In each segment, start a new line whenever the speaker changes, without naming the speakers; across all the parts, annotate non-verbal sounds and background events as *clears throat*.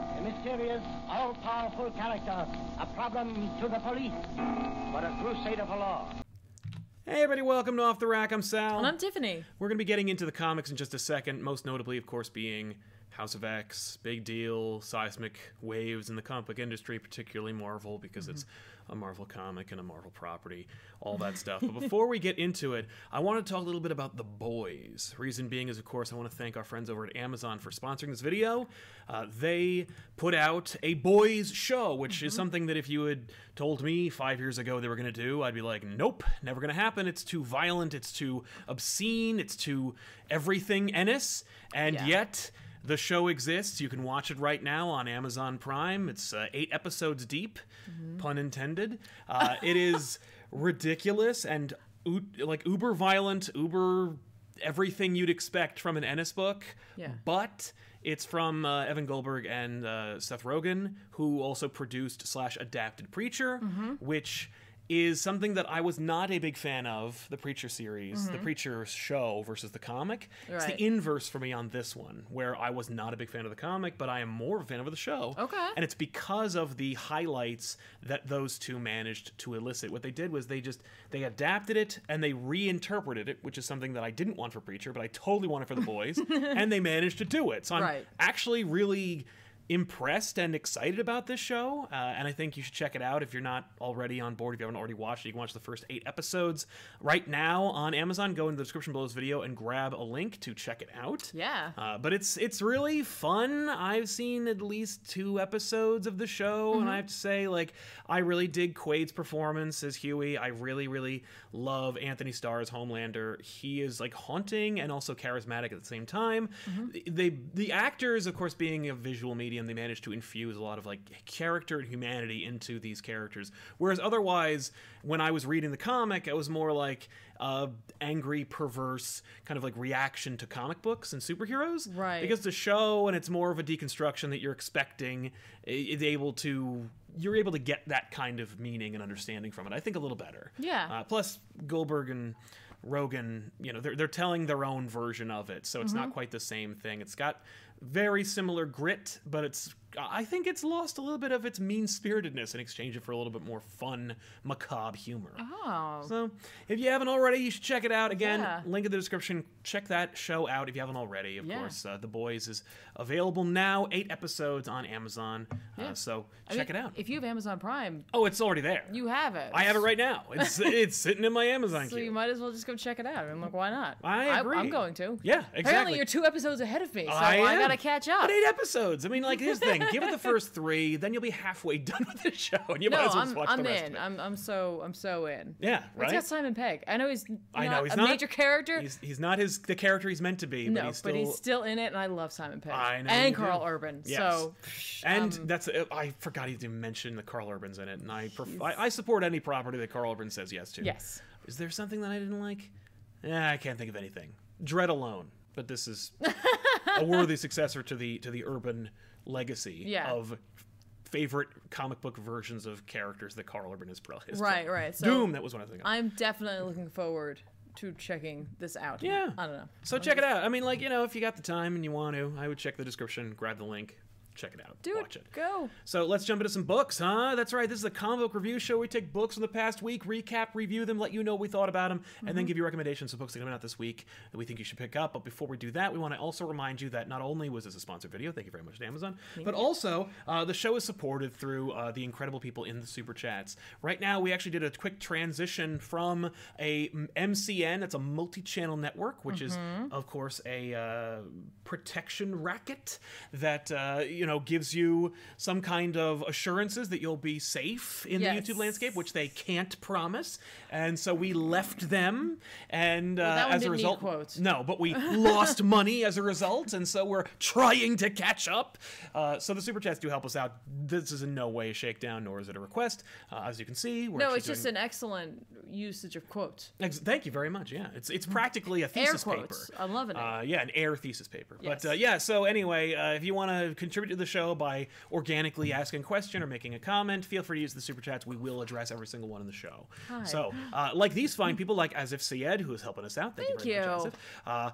A mysterious, all-powerful character, a problem to the police, but a crusader for law.
Hey, everybody, welcome to Off the Rack. I'm Sal.
And I'm Tiffany.
We're going to be getting into the comics in just a second, most notably, of course, being House of X, Big Deal, Seismic Waves in the comic book industry, particularly Marvel, because it's a Marvel comic and a Marvel property, all that stuff. But before we get into it, I want to talk a little bit about The Boys. Reason being is, of course, I want to thank our friends over at Amazon for sponsoring this video. Uh, they put out a boys show, which is something that if you had told me five years ago they were going to do, I'd be like, nope, never going to happen. It's too violent, it's too obscene, it's too everything Ennis. And
Yeah.
yet, the show exists. You can watch it right now on Amazon Prime. It's uh, eight episodes deep, pun intended. Uh, it is ridiculous and u- like uber violent, uber everything you'd expect from an Ennis book.
Yeah.
But it's from uh, Evan Goldberg and uh, Seth Rogen, who also produced slash adapted Preacher, which is something that I was not a big fan of the Preacher series, the Preacher show versus the comic. It's the
Right.
inverse for me on this one, where I was not a big fan of the comic, but I am more of a fan of the show.
Okay.
And it's because of the highlights that those two managed to elicit. What they did was they just they adapted it and they reinterpreted it, which is something that I didn't want for Preacher, but I totally wanted for the boys, and they managed to do it. So I'm
Right.
actually really impressed and excited about this show uh, and i think you should check it out if you're not already on board if you haven't already watched it you can watch the first eight episodes right now on amazon go into the description below this video and grab a link to check it out
Yeah.
uh, but it's it's really fun. I've seen at least two episodes of the show, and I have to say, like, I really dig Quaid's performance as Huey. I really, really love Anthony Starr as Homelander. He is like haunting and also charismatic at the same time.
Mm-hmm.
They the actors, of course, being a visual medium, they manage to infuse a lot of like character and humanity into these characters. Whereas otherwise, when I was reading the comic, I was more like uh, angry, perverse, kind of like reaction to comic books and superheroes.
Right.
Because it's a show and it's more of a deconstruction that you're expecting is able to you're able to get that kind of meaning and understanding from it. I think a little better.
Yeah.
Uh, plus Goldberg and Rogan, you know, they're they're telling their own version of it, so it's
Mm-hmm.
not quite the same thing. It's got very similar grit, but it's I think it's lost a little bit of its mean spiritedness and exchanged it for a little bit more fun, macabre humor.
Oh.
So if you haven't already, you should check it out. Again,
Yeah.
link in the description. Check that show out if you haven't already. Of
Yeah.
course, uh, The Boys is available now. Eight episodes on Amazon. Uh,
Yeah.
so
I
check
mean,
it out.
If you have Amazon Prime,
oh, it's already there.
you have it.
I have it right now. It's
*laughs*
it's sitting in my Amazon
So
queue.
you might as well just go check it out. I'm like, why not?
I agree.
am going to.
Yeah, exactly.
Apparently, you're two episodes ahead of me, so
I
I,
am.
gotta catch up.
But eight episodes. I mean, like here's the thing: give it the first three, then you'll be halfway *laughs* done with the show, and you
no,
might as well
I'm,
just watch
I'm
the rest
in.
of it.
I'm, I'm so I'm so in.
yeah,
It's
right.
got Simon Pegg. I know he's not
I know he's
a
not
major character.
He's, he's not his the character he's meant to be,
no,
but he's still
in it, and I love Simon Pegg.
I know you
And
do.
Carl Urban.
Yes.
So um,
and that's I forgot he didn't mention that Carl Urban's in it, and I, pref- I I support any property that Carl Urban says yes to.
yes.
Is there something that I didn't like? Eh, I can't think of anything. Dread alone, but this is
*laughs*
a worthy successor to the to the Urban legacy
Yeah.
of favorite comic book versions of characters that Carl Urban has pro- has
Right,
played.
right, so-
Doom. That was one I was thinking. of.
I'm definitely looking forward to checking this out.
yeah.
I don't know.
So check it out. I mean, like you know, if you got the time and you want to, I would check the description, grab the link, check it out,
Do
watch it.
Go.
So let's jump into some books, huh? That's right. This is a comic book review show. We take books from the past week, recap, review them, let you know what we thought about them, and then give you recommendations of books that are coming out this week that we think you should pick up. But before we do that, we want to also remind you that not only was this a sponsored video, thank you very much to Amazon, but also uh, the show is supported through uh, the incredible people in the super chats. Right now, we actually did a quick transition from a MCN, that's a multi-channel
Mm-hmm.
network, which is of course a uh, protection racket that uh, you know know, gives you some kind of assurances that you'll be safe in
Yes.
the YouTube landscape, which they can't promise. And so we left them, and uh,
that one
as a
didn't need
result,
quotes.
no, but we
*laughs*
lost money as a result, and so we're trying to catch up. Uh, so the super chats do help us out. This is in no way a shakedown, nor is it a request. Uh, as you can see, we're
No,
actually
it's just
doing-
an excellent usage of quotes.
Ex- Thank you very much. Yeah, it's it's practically a thesis
Mm, quotes.
paper.
I'm loving it.
Uh, yeah, an air thesis paper.
Yes.
But uh, yeah, so anyway, uh, if you want to contribute to the show by organically asking a question or making a comment, feel free to use the super chats. We will address every single one in the show.
Hi.
So, uh, like these fine people, like As If Syed, who is helping us out. Thank,
Thank
you very much,
you.
Asif. Uh,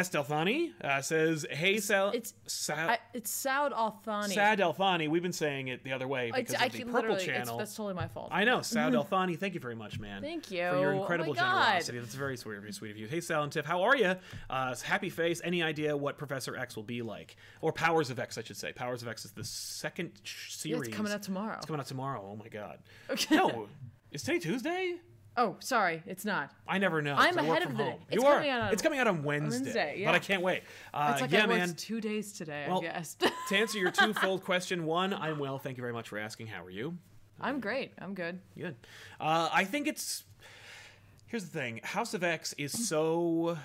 Estelfani uh, says, "Hey, Sal."
It's
Sal-
I, it's Saud Althani.
Sad Elfani. We've been saying it the other way because
It's,
of
I
the
can
purple
literally. It's,
channel.
that's totally my fault.
I know, Sal Delfani. Thank you very much, man.
Thank
for
you.
your
Oh my
incredible
God.
generosity. That's very sweet, very sweet of you. Hey, Sal and Tiff, how are you? Uh, happy face. Any idea what Professor X will be like, or Powers of X, I should say. Powers of X is the second sh-
Yeah,
series.
it's coming out tomorrow.
It's coming out tomorrow. Oh my God.
Okay.
No, is today Tuesday?
oh, sorry, it's not.
I never know. 'cause
I'm
I work
ahead
from
of the-
home.
it's
you are.
coming out on-
it's coming out on Wednesday.
Wednesday, yeah.
But I can't wait. Uh,
It's like
yeah,
I worked
man.
two days today.
Well,
I guess.
*laughs*
*laughs*
to answer your twofold question, one, I'm well. Thank you very much for asking. How are you?
I'm great. I'm good.
Good. Uh, I think it's. Here's the thing House of X is so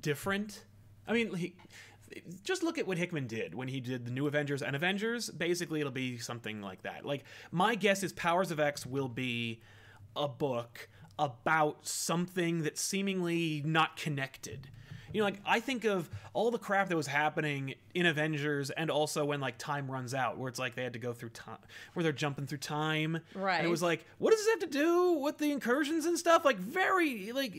different. I mean, he, just look at what Hickman did when he did the new Avengers and Avengers. Basically, it'll be something like that. Like, my guess is Powers of X will be a book about something that's seemingly not connected. You know, like I think of all the crap that was happening in Avengers, and also when like time runs out, where it's like they had to go through time, where they're jumping through time. And
Right.
it was like, what does this have to do with the incursions and stuff? Like, very like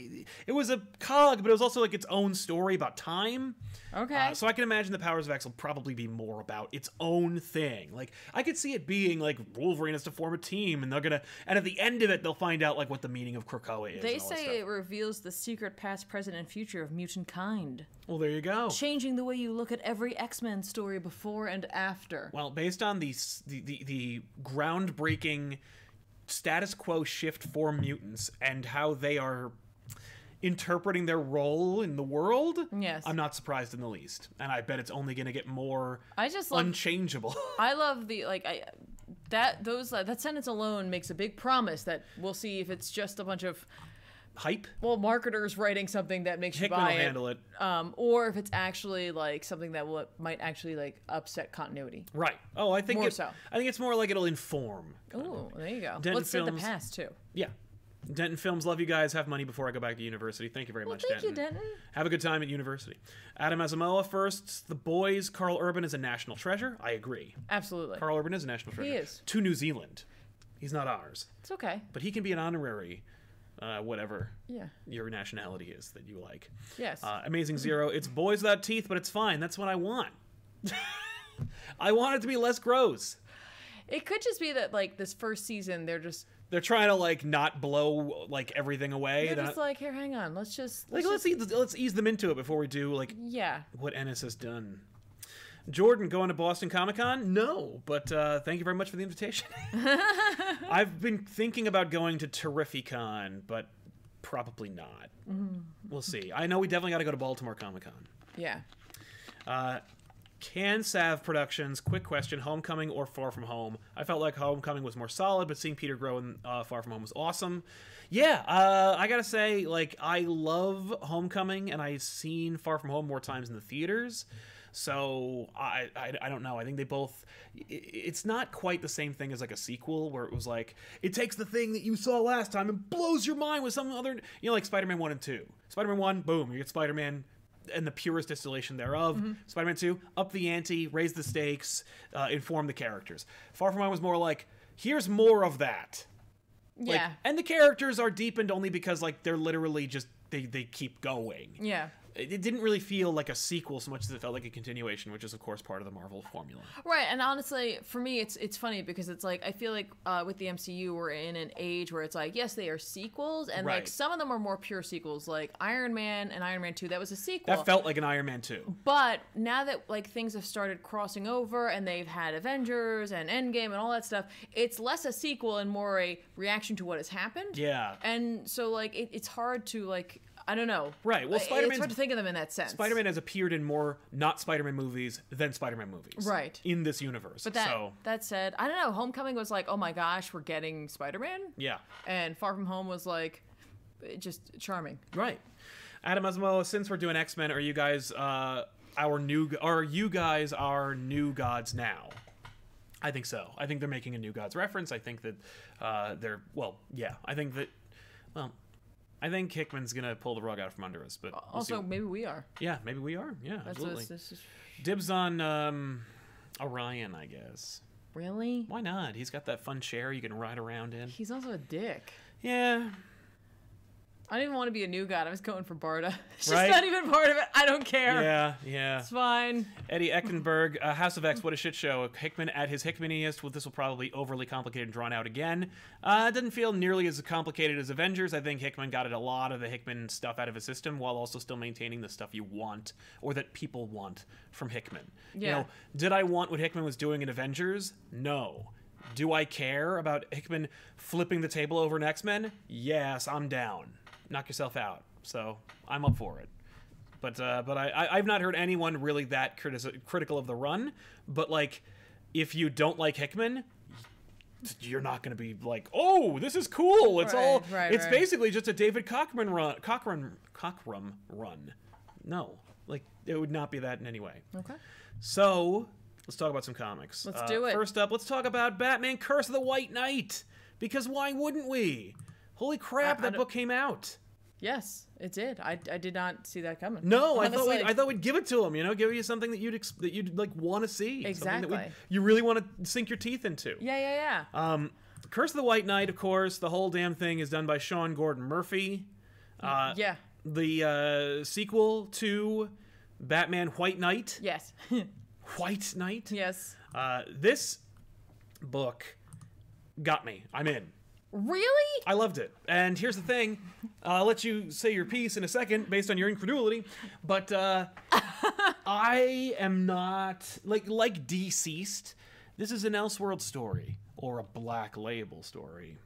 it was a cog, but it was also like its own story about time.
Okay.
Uh, so I can imagine the Powers of X will probably be more about its own thing. Like I could see it being like Wolverine has to form a team, and they're gonna, and at the end of it, they'll find out like what the meaning of Krakoa is.
they
and all that
say it
stuff.
reveals the secret past, present, and future of mutant kind,
Well, there you go.
changing the way you look at every X-Men story before and after.
Well, based on the s- the the, the groundbreaking status quo shift for mutants and how they are interpreting their role in the world,
Yes.
I'm not surprised in the least, and I bet it's only going to get more
I just love
unchangeable. *laughs*
I love the like I that those uh, that sentence alone makes a big promise that we'll see if it's just a bunch of
Hype.
well marketers writing something that makes
Hickman
you
will
buy
handle it.
um, or if it's actually like something that will, might actually like upset continuity.
Right. Oh, I think
More
it-
so.
I think it's more like it'll inform.
Ooh, there you go.
Den
Let's set the
Films-
past too.
Yeah. Denton Films, love you guys. Have money before I go back to university. Thank you very
Well,
much,
thank you,
Denton.
Denton.
Have a good time at university. Adam Asamoah first. The boys. Carl Urban is a national treasure. I agree.
Absolutely,
Carl Urban is a national treasure.
is.
To New Zealand. He's not ours,
it's okay.
but he can be an honorary, uh, whatever
Yeah.
your nationality is that you like.
Yes.
Uh, Amazing Zero. It's boys without teeth, but it's fine. That's what I want. *laughs* I want it to be less gross.
it could just be that like this first season they're just
They're trying to like not blow like everything away.
they're
They're
just
not-
like here, hang on, let's just
like
let's
let's
just,
ease, let's ease them into it before we do like
yeah.
what Ennis has done. Jordan going to Boston Comic Con? No, but uh, thank you very much for the invitation. I've been thinking about going to Terrificon, but probably not. We'll see. I know we definitely got to go to Baltimore Comic Con.
Yeah.
Can Sav Productions, quick question, Homecoming or Far From Home? I felt like Homecoming was more solid, but seeing Peter grow in uh, Far From Home was awesome. Yeah, uh, I gotta say, like, I love Homecoming, and I've seen Far From Home more times in the theaters. So I, I, I don't know. I think they both. i- i- It's not quite the same thing as like a sequel where it was like it takes the thing that you saw last time and blows your mind with some other. You know, like Spider Man one and two. Spider Man one, boom, you get Spider Man and the purest distillation thereof.
Mm-hmm.
Spider-Man 2, up the ante, raise the stakes, uh, inform the characters. Far From Home was more like, here's more of that. Like,
Yeah.
And the characters are deepened only because like they're literally just they, they keep going.
yeah.
It, it didn't really feel like a sequel so much as it felt like a continuation, which is of course part of the Marvel formula.
Right, and honestly, for me, it's it's funny because it's like I feel like uh, with the MCU, we're in an age where it's like, yes, they are sequels, and like
Right.
some of them are more pure sequels, like Iron Man and Iron Man Two. That was a sequel.
That felt like an Iron Man 2.
but now that like things have started crossing over, and they've had Avengers and Endgame and all that stuff, it's less a sequel and more a reaction to what has happened.
Yeah.
And so like it, it's hard to like I don't know.
Right, well,
I- It's
Spider-Man's-
hard to think of them in that sense.
Spider Man has appeared in more not Spider Man movies than Spider Man movies.
Right.
In this universe.
But that
so,
that said, I don't know. Homecoming was like, oh my gosh, we're getting Spider Man,
yeah.
and Far From Home was like, eh, just charming.
Right. Adam Osmo, since we're doing X Men, are you guys uh, our new? Are you guys our new gods now? I think so. I think they're making a new gods reference. I think that uh, they're well, yeah. I think that well, I think Hickman's gonna pull the rug out from under us. But we'll see.
Also, maybe we are.
yeah, maybe we are. Yeah,
That's
absolutely.
What's, this is,
Dibs on um, Orion, I guess.
really.
Why not? He's got that fun chair you can ride around in.
He's also a dick.
Yeah,
I didn't want to be a new god. I was going for Barda. *laughs* She's
Right?
not even part of it. I don't care.
yeah, yeah.
It's fine.
Eddie Eckenberg, uh, House of X, what a shit show. Hickman at his Hickmaniest. Well, this will probably overly complicated and drawn out again. Uh, it doesn't feel nearly as complicated as Avengers. I think Hickman got a lot of the Hickman stuff out of his system while also still maintaining the stuff you want or that people want from Hickman.
Yeah.
You know, did I want what Hickman was doing in Avengers? No. Do I care about Hickman flipping the table over in X Men? Yes, I'm down. Knock yourself out. So I'm up for it. But uh, but I, I I've not heard anyone really that criti- critical of the run. But like, if you don't like Hickman, you're not going to be like, oh, this is cool. It's all.
Right, right,
it's
right.
basically just a David Cockrum run. Cockrum Cockrum run. No, like it would not be that in any way.
Okay.
So let's talk about some comics. Uh,
Let's do it.
First up, let's talk about Batman: Curse of the White Knight. Because why wouldn't we? Holy crap!
I
that
don't-
book came out.
Yes, it did. I, I did not see that coming.
No, I thought
was
we,
like-
I thought we'd give it to him. You know, give you something that you'd ex- that you'd like want to see. something that
Exactly.
you really want to sink your teeth into.
Yeah, yeah, yeah.
Um, Curse of the White Knight, of course. The whole damn thing is done by Sean Gordon Murphy. Uh,
yeah.
The uh, sequel to Batman White Knight.
Yes. *laughs*
White Knight.
yes.
Uh, this book got me. I'm in.
Really?
I loved it. And here's the thing Uh, I'll let you say your piece in a second based on your incredulity, but uh, *laughs* I am not, like, like deceased, this is an Elseworld story or a Black Label story.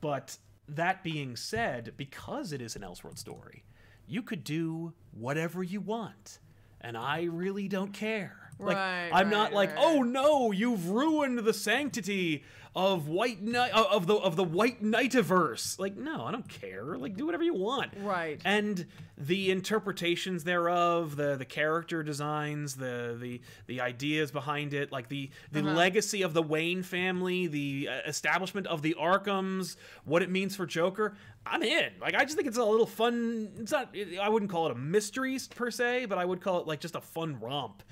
But that being said, because it is an Elseworld story, you could do whatever you want. And I really don't care. Like,
Right,
I'm not
right,
like,
right.
oh no, you've ruined the sanctity of white knight of the of the white knightiverse. Like, no, I don't care. Like, do whatever you want.
Right.
And the interpretations thereof, the the character designs, the the the ideas behind it, like the the
Uh-huh.
legacy of the Wayne family, the uh, establishment of the Arkhams, what it means for Joker. I'm in. Like, I just think it's a little fun. It's not. I wouldn't call it a mystery per se, but I would call it like just a fun romp.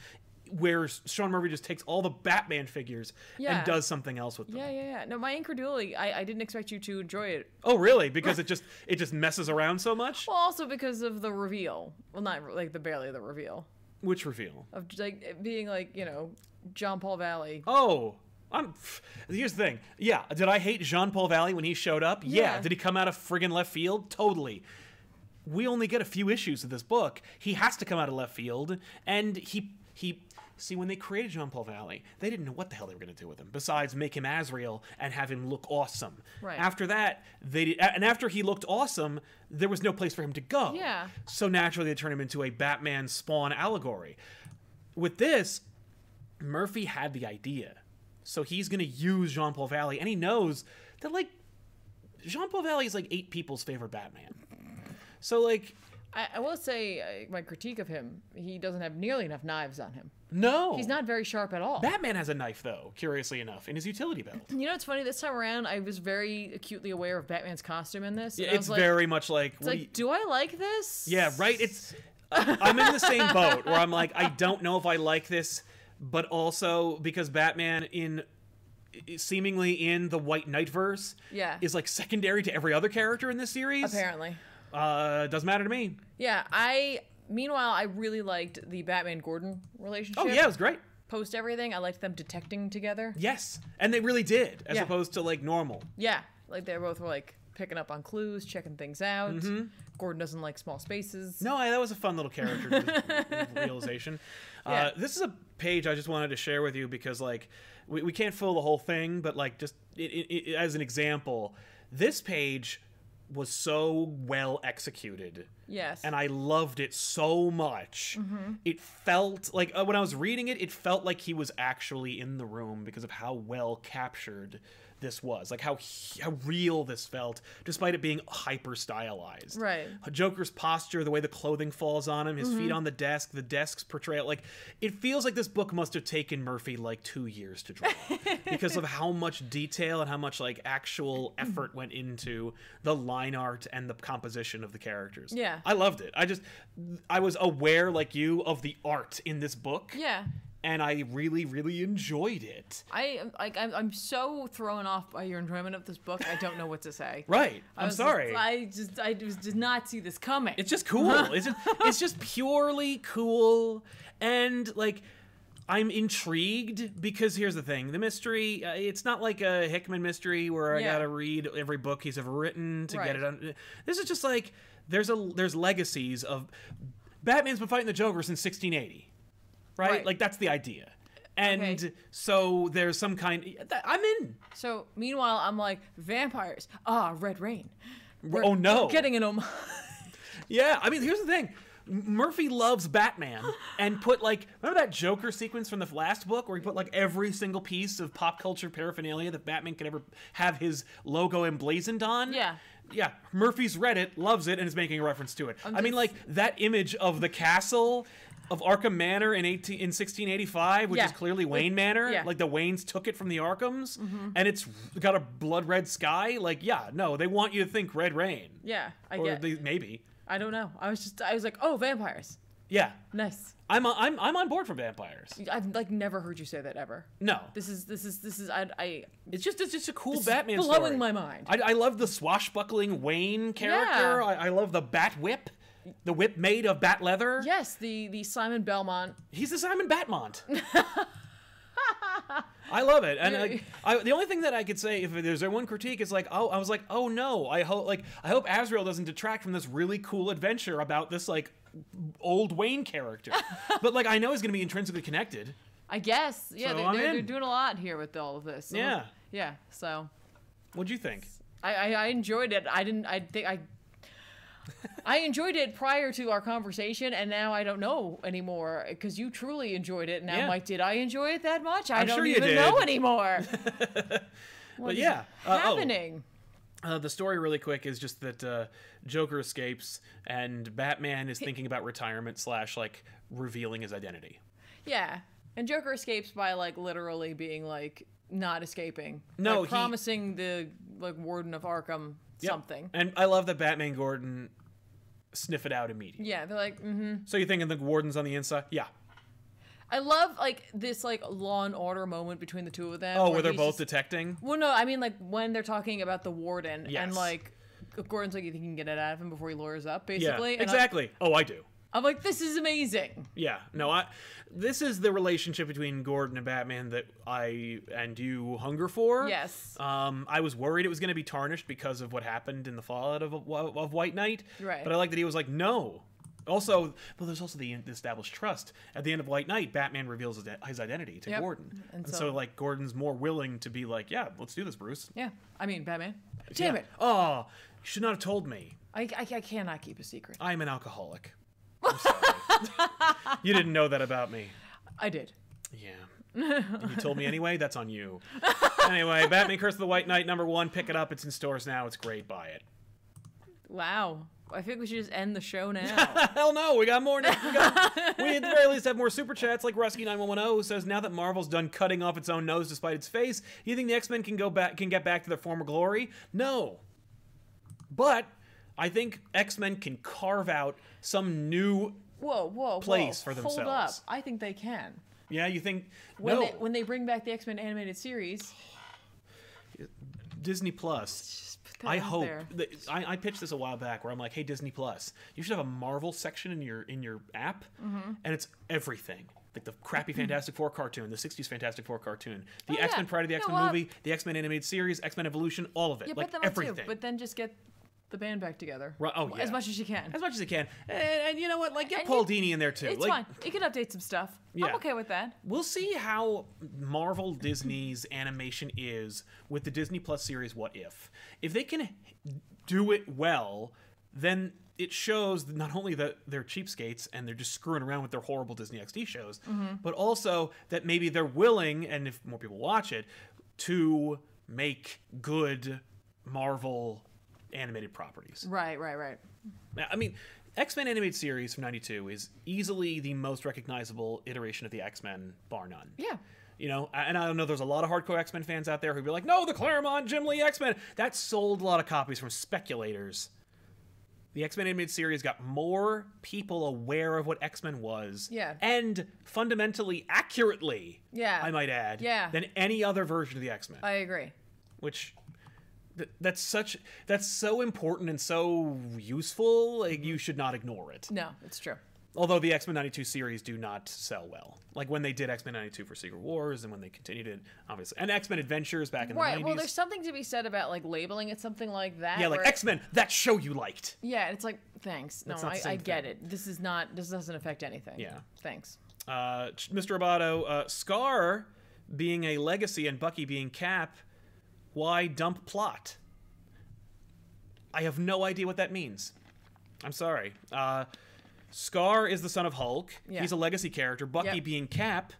Where Sean Murphy just takes all the Batman figures
Yeah.
and does something else with them.
Yeah, yeah, yeah. No, my incredulity. I, I didn't expect you to enjoy it.
Oh, really? Because it just it just messes around so much.
Well, also because of the reveal. Well, not re- like the barely the reveal
Which reveal?
of j- like it being like you know John Paul Valley.
Oh, I'm. pff, Here's the thing. Yeah, did I hate Jean Paul Valley when he showed up? Yeah.
Yeah.
Did he come out of friggin' left field? Totally. We only get a few issues of this book. He has to come out of left field, and he he. See, when they created Jean Paul Valley, they didn't know what the hell they were going to do with him, besides make him Asriel and have him look awesome.
Right.
After that, they did, and after he looked awesome, there was no place for him to go.
Yeah.
So naturally, they turned him into a Batman spawn allegory. With this, Murphy had the idea. So he's going to use Jean Paul Valley, and he knows that, like, Jean Paul Valley is like eight people's favorite Batman. So, like,
I, I will say uh, my critique of him. He doesn't have nearly enough knives on him.
no.
He's not very sharp at all.
Batman has a knife, though, curiously enough, in his utility belt.
you know, it's funny. This time around, I was very acutely aware of Batman's costume in this. and I
It's
was like,
very much like.
It's
what
like,
do you-
do I like this?
yeah, right? It's. I'm in the same boat where I'm like, I don't know if I like this, but also because Batman in. Seemingly in the White Knight verse,
Yeah.
is like secondary to every other character in this series.
Apparently.
Uh, doesn't matter to me.
Yeah, I. Meanwhile, I really liked the Batman Gordon relationship.
Oh yeah, it was great.
Post everything, I liked them detecting together.
Yes, and they really did, as
Yeah.
opposed to like normal.
Yeah, like they both were like picking up on clues, checking things out. Gordon doesn't like small spaces.
Mm-hmm. No, I, that was a fun little character to-
*laughs*
realization. Uh,
Yeah.
this is a page I just wanted to share with you because like we, we can't fill the whole thing, but like just it, it, it, as an example, this page was so well executed
Yes. Mm-hmm.
and I loved it so much. It felt like uh, when I was reading it, it felt like he was actually in the room because of how well captured this was, like how he- how real this felt, despite it being hyper stylized.
Right.
Joker's posture, the way the clothing falls on him, his
Mm-hmm.
feet on the desk, the desk's portrayal, like it feels like this book must have taken Murphy like two years to draw
*laughs*
because of how much detail and how much like
*clears throat*
actual effort went into the line art and the composition of the characters.
Yeah.
I loved it. I just I was aware like you of the art in this book.
yeah.
And I really really enjoyed it.
I am like I'm, I'm so thrown off by your enjoyment of this book. I don't know what to say.
Right.
I
I'm
was
sorry.
Just, I just I just did not see this coming.
It's just cool. it's just it's just purely cool and like I'm intrigued because here's the thing: the mystery. Uh, it's not like a Hickman mystery where I
Yeah.
gotta read every book he's ever written to
Right.
get it. on. This is just like there's a there's legacies of Batman's been fighting the Joker since 1680, right?
Right.
Like that's the idea. And
Okay.
so there's some kind. I'm in.
so meanwhile, I'm like vampires. Ah, Red Rain. We're-
oh, no.
we're getting an homage. *laughs*
Yeah, I mean, here's the thing. M- Murphy loves Batman
*gasps*
and put like remember that Joker sequence from the last book where he put like every single piece of pop culture paraphernalia that Batman could ever have his logo emblazoned on.
Yeah.
Yeah, Murphy's read it, loves it, and is making a reference to it. I mean,
just-
like that image of the castle of Arkham Manor in eighteen in sixteen eighty five, which
Yeah.
is clearly Wayne Manor.
yeah. Mm-hmm.
Like the Waynes took it from the Arkhams, and it's got a blood red sky. Like, yeah, no, they want you to think Red Rain,
Yeah, I
or
get.
they, maybe.
I don't know. I was just I was like, oh, vampires.
Yeah,
Nice.
I'm I'm I'm on board for vampires.
I've like never heard you say that ever.
No,
This is this is this is I I
it's just it's just a cool
This is
Batman.
blowing
story.
my mind.
I, I love the swashbuckling Wayne character.
Yeah.
I, I love the bat whip, the whip made of bat leather.
yes the the Simon Belmont.
he's the Simon *laughs* Batmont. I love it, and *laughs* I, I, the only thing that I could say if there's one critique is like, oh, I was like, oh no, I hope like I hope Azrael doesn't detract from this really cool adventure about this like old Wayne *laughs* character, but like I know he's gonna be intrinsically connected.
I guess yeah
So
they,
I'm
they're, they're
in.
doing a lot here with all of this. So,
Yeah.
yeah. So
What'd you think?
I, I I enjoyed it. I didn't I think I. I enjoyed it prior to our conversation, and now I don't know anymore because you truly enjoyed it. And I'm
Yeah.
like, did I enjoy it that much? I
I'm
don't
sure you
even know
did.
anymore.
*laughs* but yeah, uh, oh.
happening.
Uh, the story, really quick, is just that uh, Joker escapes and Batman is thinking about retirement slash like revealing his identity.
Yeah. And Joker escapes by like literally being like not escaping.
No,
like,
he-
promising the like warden of Arkham
Yep.
something.
And I love that Batman Gordon sniff it out immediately.
Yeah, they're like, mm-hmm.
So you're thinking the Gordon's on the inside? Yeah.
I love like this like Law and Order moment between the two of them.
Oh, where they're
he's
both
just-
detecting.
well, no, I mean like when they're talking about the warden and
Yes.
like Gordon's like, you think you can get it out of him before he lawyers up,
Yeah,
basically. And I'm-
exactly. Oh, I do.
I'm like, this is amazing.
Yeah, no, I. This is the relationship between Gordon and Batman that I and you hunger for.
Yes.
Um, I was worried it was going to be tarnished because of what happened in the fallout of, of, White Knight.
Right.
But I like that he was like, no. Also, well, there's also the the established trust. At the end of White Knight, Batman reveals his, his identity to
Yep.
Gordon,
And
and,
so-
so like Gordon's more willing to be like, yeah, let's do this, Bruce.
Yeah. I mean, Batman. Damn
Yeah.
it.
Oh, you should not have told me.
I, I, I cannot keep a secret.
I'm an alcoholic. I'm sorry. *laughs* you didn't know that about me.
I did.
Yeah. And you *laughs* told me anyway, that's on you. anyway, Batman Curse of the White Knight, number one, pick it up. It's in stores now. It's great. Buy it.
Wow. I think we should just end the show now.
*laughs* *laughs* Hell no, we got more next. We, got, we at the very least have more super chats like Rusky9110 who oh says, now that Marvel's done cutting off its own nose despite its face, you think the X-Men can go back can get back to their former glory? No. But I think X-Men can carve out some new
whoa, whoa,
place
whoa.
for
Hold up.
themselves.
I think they can.
Yeah, you think
When,
no
they, when they bring back the X Men animated series,
Disney Plus.
just put that
I
out
hope
there.
that, I, I pitched this a while back where I'm like, hey Disney Plus, you should have a Marvel section in your in your app,
Mm-hmm.
and it's everything. Like the
*clears throat*
crappy Fantastic Four cartoon, the '60s Fantastic Four cartoon, the
Oh, yeah.
X Men Pride of the
No,
X Men
well,
movie, the X Men animated series, X Men Evolution, all of it,
Yeah,
like
put them up
everything.
too. But then just get the band back together.
Right- oh,
As
yeah.
much as you can.
as much as you can. And, and you know what? Like, get
And
Paul
you-
Dini in there too.
It's
like,
fine. You can update some stuff.
Yeah.
I'm okay with that.
We'll see how Marvel Disney's animation is with the Disney Plus series What If. If they can do it well, then it shows not only that they're cheapskates and they're just screwing around with their horrible Disney XD shows, but also that maybe they're willing, and if more people watch it, to make good Marvel animated properties.
Right, right, right.
Now, I mean, X Men animated series from '92 is easily the most recognizable iteration of the X Men, bar none.
Yeah.
You know, I- and I know there's a lot of hardcore X Men fans out there who'd be like, "No, the Claremont Jim Lee X Men." That sold a lot of copies from speculators. The X Men animated series got more people aware of what X Men was,
Yeah.
and fundamentally accurately,
Yeah.
I might add,
Yeah.
than any other version of the X Men
I agree.
which th- that's such that's so important and so useful like you should not ignore it
No, it's true.
although the x-men 92 series do not sell well like when they did x-men 92 for secret wars and when they continued it obviously and x-men adventures back in
Right.
the 90s
Well, there's something to be said about like labeling it something like that.
yeah like
where-
x-men that show you liked
Yeah, it's like thanks. No,
That's not the
I, I
same
get
thing.
it. This is not. This doesn't affect anything.
Yeah.
Thanks.
uh, Ch- mr roboto uh, scar being a legacy and bucky being cap why dump plot i have no idea what that means i'm sorry uh, scar is the son of hulk
Yeah.
he's a legacy character bucky
Yep.
being cap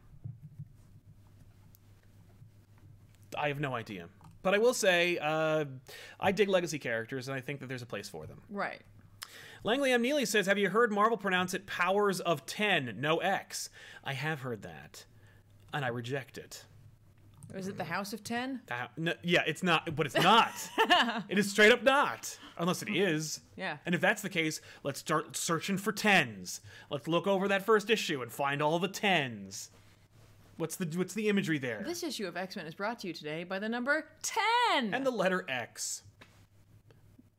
i have no idea but i will say uh, i dig legacy characters and i think that there's a place for them
Right.
Langley M. Neely says, Have you heard Marvel pronounce it powers of 10, no X? I have heard that. And I reject it.
Was
Mm.
it the House of Ten?
Uh, no, yeah, it's not, but it's
*laughs*
not. it is straight up not. Unless it is.
Yeah.
And if that's the case, let's start searching for tens. Let's look over that first issue and find all the tens. What's the what's the imagery there?
This issue of X Men is brought to you today by the number ten.
and the letter X.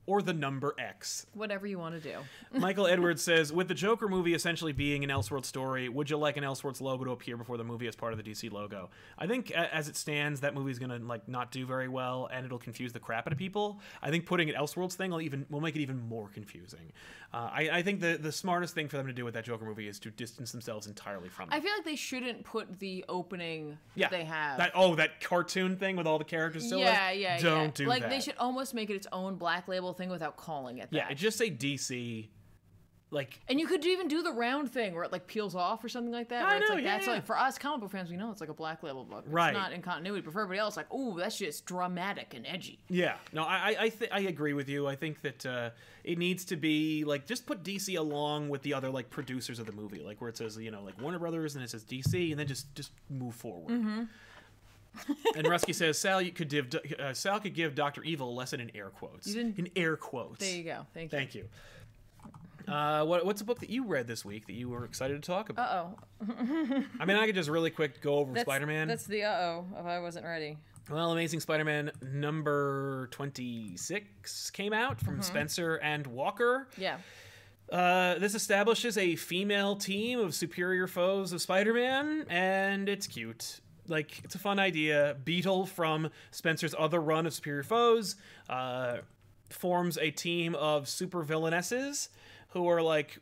Or the number X.
Whatever you want to do.
Michael Edwards says, with the Joker movie essentially being an Elseworlds story, would you like an Elseworlds logo to appear before the movie as part of the DC logo? I think a- as it stands, that movie's gonna like not do very well, and it'll confuse the crap out of people. I think putting an Elseworlds thing will even will make it even more confusing. Uh, I, I think the the smartest thing for them to do with that Joker movie is to distance themselves entirely from it.
I feel like they shouldn't put the opening
yeah,
that they have.
that oh that cartoon thing with all the characters. Still in it?
yeah, yeah,
Don't do
yeah. like
that.
they should almost make it its own black label thing without calling it that.
Yeah, just say DC. Like
And you could even do the round thing where it like peels off or something like that.
I
where it's
know,
like
yeah,
that's
yeah.
like for us comic book fans, we know it's like a black label book. It's
Right.
not in continuity, but for everybody else, like, ooh, that's just dramatic and edgy.
Yeah, no, I I I, th- I agree with you. I think that uh, it needs to be like just put DC along with the other like producers of the movie, like where it says you know like Warner Brothers and it says DC, and then just just move forward.
Mm-hmm.
*laughs* and Rusky says Sal you could give uh, Sal could give Doctor Evil a lesson in air quotes.
You didn't-
in air quotes.
There you go. Thank you.
Thank you. Uh, what, what's a book that you read this week that you were excited to talk about?
Uh oh.
I mean, I could just really quick go over Spider-Man.
That's the uh oh if I wasn't ready.
Well, Amazing Spider-Man number 26 came out from Spencer and Walker.
Yeah.
Uh, this establishes a female team of superior foes of Spider-Man, and it's cute. Like it's a fun idea. Beetle from Spencer's other run of Superior Foes uh, forms a team of super villainesses who are like,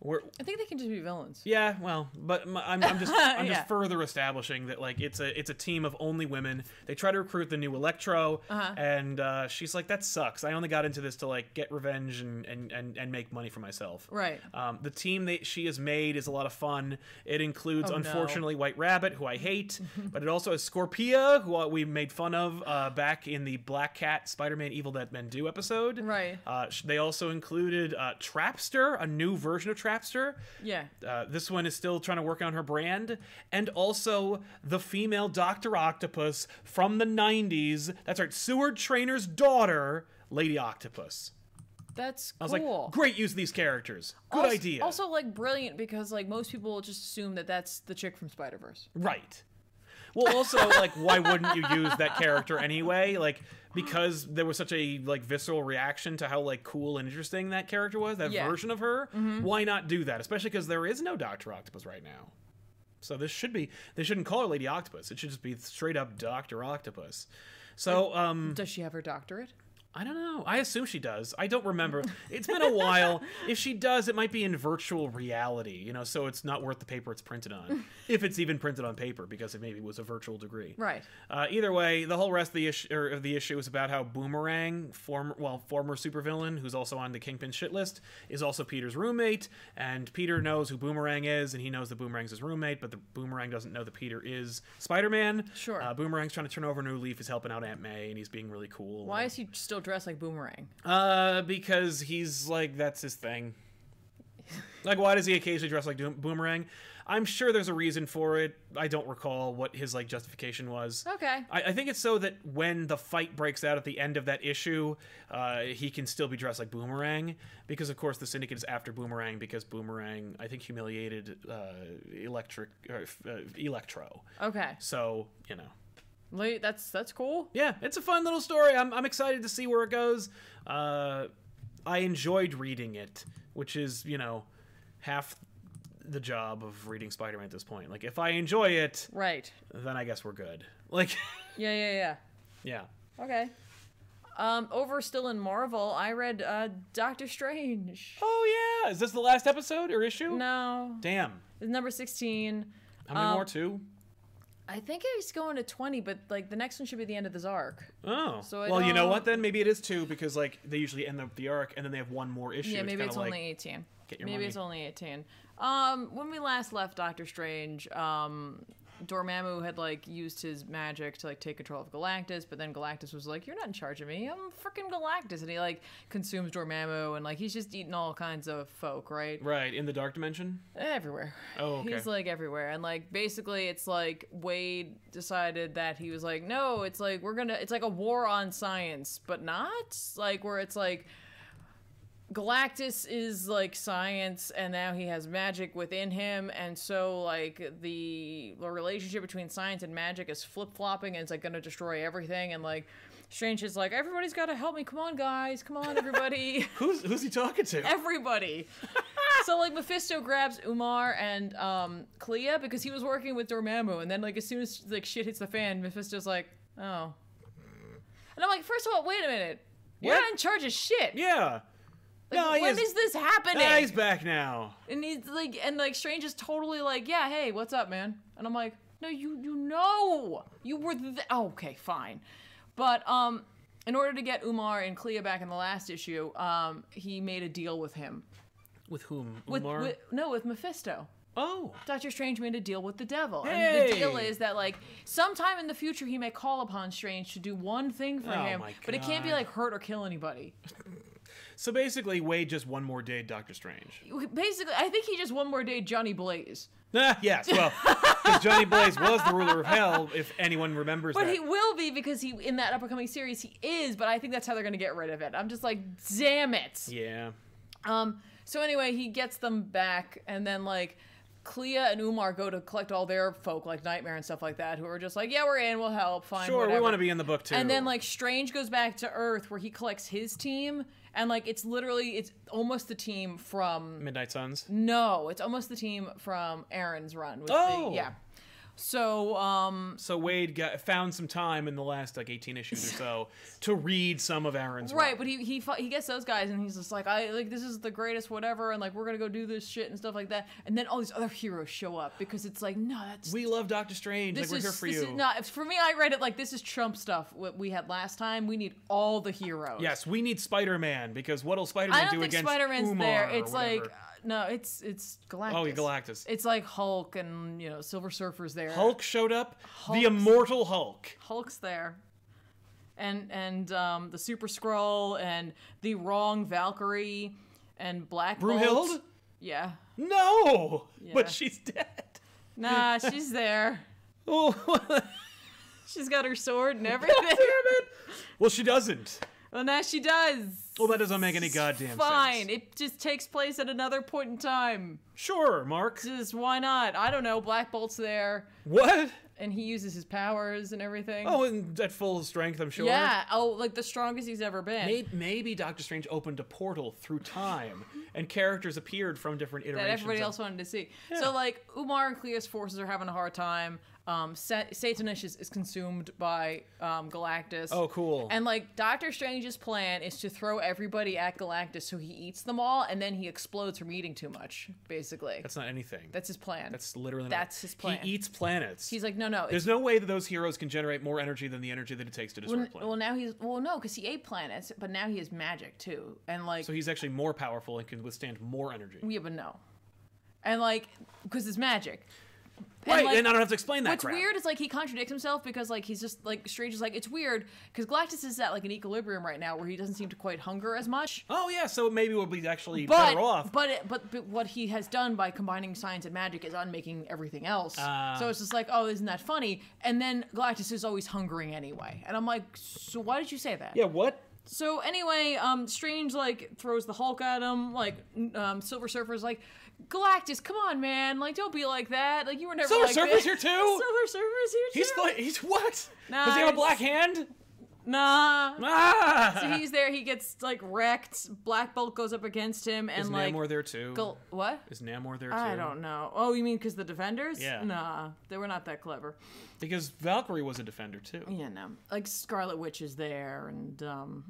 we're,
I think they can just be villains.
yeah, well, but m- I'm, I'm
*laughs*
just I'm
Yeah.
just further establishing that like it's a it's a team of only women. They try to recruit the new Electro,
Uh-huh.
and uh, she's like, "That sucks. I only got into this to like get revenge and and and, and make money for myself."
Right.
Um, the team that she has made is a lot of fun. It includes,
Oh, no.
unfortunately, White Rabbit, who I
*laughs*
hate, but it also has Scorpia, who uh, we made fun of uh, back in the Black Cat Spider-Man Evil That Men Do episode.
Right.
Uh, sh- they also included uh, Trapster, a new version of Trapster.
Yeah.
Uh, this one is still trying to work on her brand. And also the female Dr. Octopus from the 90s. That's right, Seward Trainer's daughter, Lady Octopus.
That's cool.
I was like, great use of these characters. Good
also,
idea.
Also, like, brilliant because, like, most people just assume that that's the chick from Spider Verse.
right. Well, also, like, why wouldn't you use that character anyway? Like, because there was such a like visceral reaction to how like cool and interesting that character was, that
Yeah.
version of her. Why not do that? Especially because there is no Doctor Octopus right now. So this should be they shouldn't call her Lady Octopus. It should just be straight up Doctor Octopus. So um
Does she have her doctorate?
I don't know. I assume she does. I don't remember. It's been a
*laughs*
while. If she does, it might be in virtual reality, you know, so it's not worth the paper it's printed on, if it's even printed on paper, because it maybe was a virtual degree.
Right.
Uh, either way, the whole rest of the issue or of the issue is about how Boomerang, former well former supervillain who's also on the Kingpin shit list, is also Peter's roommate, and Peter knows who Boomerang is, and he knows that Boomerang's his roommate, but the Boomerang doesn't know that Peter is Spider-Man.
Sure.
Uh, Boomerang's trying to turn over a new leaf. He's helping out Aunt May, and he's being really cool.
Why is he still dressed like Boomerang?
Uh, because he's like that's his thing. Like, why does he occasionally dress like Doom- Boomerang? I'm sure there's a reason for it. I don't recall what his like justification was.
Okay.
I, I think it's so that when the fight breaks out at the end of that issue, uh, he can still be dressed like Boomerang because, of course, the Syndicate is after Boomerang because Boomerang, I think, humiliated uh, Electric or, uh, Electro.
Okay.
So you know,
Late, that's that's cool.
yeah, it's a fun little story. I'm, I'm excited to see where it goes. Uh, I enjoyed reading it, which is, you know, half the job of reading Spider Man at this point. Like, if I enjoy it,
Right.
then I guess we're good. *laughs* Like,
Yeah, yeah,
yeah.
yeah. Okay. Um, over still in Marvel, I read uh Doctor Strange.
Oh, yeah. Is this the last episode or issue?
No,
Damn.
it's number sixteen.
How many
Um,
more? Two?
I think it's going to twenty, but like the next one should be the end of this arc.
Oh.
so I
well, you know
don't-
what then? Maybe it is two because, like, they usually end up the arc and then they have one more issue.
yeah, maybe
kinda
it's
like,
only eighteen.
get your
Maybe
money.
it's only eighteen. Um, when we last left Doctor Strange, um, Dormammu had like used his magic to like take control of Galactus, but then Galactus was like, "You're not in charge of me. I'm freaking Galactus," and he like consumes Dormammu, and like he's just eating all kinds of folk, right?
Right, in the dark dimension?
everywhere.
Oh, okay.
He's like everywhere. And like basically it's like Wade decided that he was like, no, it's like we're gonna it's like a war on science, but not like where it's like Galactus is like science and now he has magic within him and so like the the relationship between science and magic is flip-flopping and it's like going to destroy everything and like Strange is like everybody's got to help me. Come on guys. Come on
*laughs*
everybody.
Who's, who's he talking to?
everybody. so like Mephisto grabs Umar and um Clea because he was working with Dormammu, and then like as soon as like shit hits the fan, Mephisto's like, oh. And I'm like, first of all, wait a minute. You're
What?
not in charge of shit.
yeah.
Like,
no, he
when
is-
is this happening?
Ah, he's back now.
and he's like, and like Strange is totally like, yeah, hey, what's up, man? And I'm like, no, you you know, you were th- oh, okay, fine, but um, in order to get Umar and Clea back in the last issue, um, he made a deal with him.
With whom?
With,
Umar?
with no, with Mephisto.
oh.
Doctor Strange made a deal with the devil, and the deal
Hey!
is that like sometime in the future he may call upon Strange to do one thing for
Oh
him,
my
but it can't be
God.
like hurt or kill anybody.
So basically, Wade just one more day, Doctor Strange. *laughs*
Basically, I think he just one more day Johnny Blaze,
Ah, yes, well, 'cause Johnny Blaze was the ruler of hell, if anyone remembers
but
that.
he will be because he in that upcoming series he is. But I think that's how they're gonna get rid of it. I'm just like, damn it.
yeah.
Um, so anyway, he gets them back, and then like Clea and Umar go to collect all their folk, like Nightmare and stuff like that, who are just like, yeah, we're in, we'll help, fine,
Sure, we
whatever."
want to be in the book too.
And then like Strange goes back to Earth where he collects his team and like it's literally it's almost the team from
Midnight Suns.
no, it's almost the team from Aaron's run. With
Oh!
the, yeah. So um
So Wade got, found some time in the last like 18 issues or
*laughs*
so to read some of Aaron's.
right,
work.
but he he fi- he gets those guys and he's just like I like this is the greatest whatever and like we're gonna go do this shit and stuff like that and then all these other heroes show up because it's like no that's
we love Doctor Strange.
this
like we're
is
here for
this
you.
is not for me I read it like this is Trump stuff what we had last time we need all the heroes
yes, we need Spider-Man because what'll
I
Spider-Man
don't
do
think
against
Spider-Man's
Umar
there.
or
It's like uh,
whatever?
no, it's it's Galactus.
oh, Galactus.
It's like Hulk and you know Silver Surfer's there.
Hulk showed up.
uh, Hulk's-
The immortal Hulk.
Hulk's there, and and um, the Super Scroll and the wrong Valkyrie and Black Bolt.
Brumhild?
Yeah,
No,
Yeah.
but she's dead. *laughs*
nah, she's there.
Oh.
She's got her
*laughs*
sword and everything.
Well, she doesn't.
well, now she does.
Well, that doesn't make any goddamn
Fine.
sense.
It just takes place at another point in time.
Sure, Mark.
Just why not? I don't know. Black Bolt's there,
What?
and he uses his powers and everything.
Oh, and at full strength, I'm sure.
Yeah. Oh, like the strongest he's ever been.
Maybe, maybe Doctor Strange opened a portal through time and characters appeared from different iterations.
that everybody
of-
else wanted to see. So like Umar and Cleo's forces are having a hard time. Um, Sa- Satanish is, is consumed by um, Galactus.
Oh, cool.
And like Doctor Strange's plan is to throw everybody at Galactus so he eats them all and then he explodes from eating too much. Basically, that's,
that's not anything.
his plan.
that's literally not-
that's his plan.
He eats planets.
He's like, no, no. It's,
There's no way that those heroes can generate more energy than the energy that it takes to destroy
well,
planets.
well, now he's well, no, because he ate planets, but now he has magic too, and like
so he's actually more powerful and can withstand more energy.
yeah, but no, and like because it's magic.
right, and,
like-
I don't have to explain that.
What's
crap.
weird is like he contradicts himself because like he's just like Strange is like it's weird because Galactus is at like an equilibrium right now where he doesn't seem to quite hunger as much.
Oh yeah, so maybe we'll be actually
But
better off.
but, it, but but what he has done by combining science and magic is unmaking everything else.
Ah.
so it's just like oh isn't that funny? And then Galactus is always hungering anyway, and I'm like so why did you say that?
yeah, what?
So anyway, um, Strange like throws the Hulk at him. Like n- um, Silver Surfer's like, Galactus, come on, man! Like don't be like that. Like you were never.
Silver
like
Surfer's
this."
here too?
*laughs* Silver Surfer's here too.
He's like he's what?
Nah,
Does he have a
it's-
black hand?
nah.
Ah!
*laughs* So he's there. He gets like wrecked. Black Bolt goes up against him and
is
like
Namor there too?
Gal- what?
is Namor there too?
I don't know. Oh, you mean because the defenders?
Yeah.
Nah, they were not that clever.
Because Valkyrie was a defender too.
Yeah, no. Like Scarlet Witch is there and um,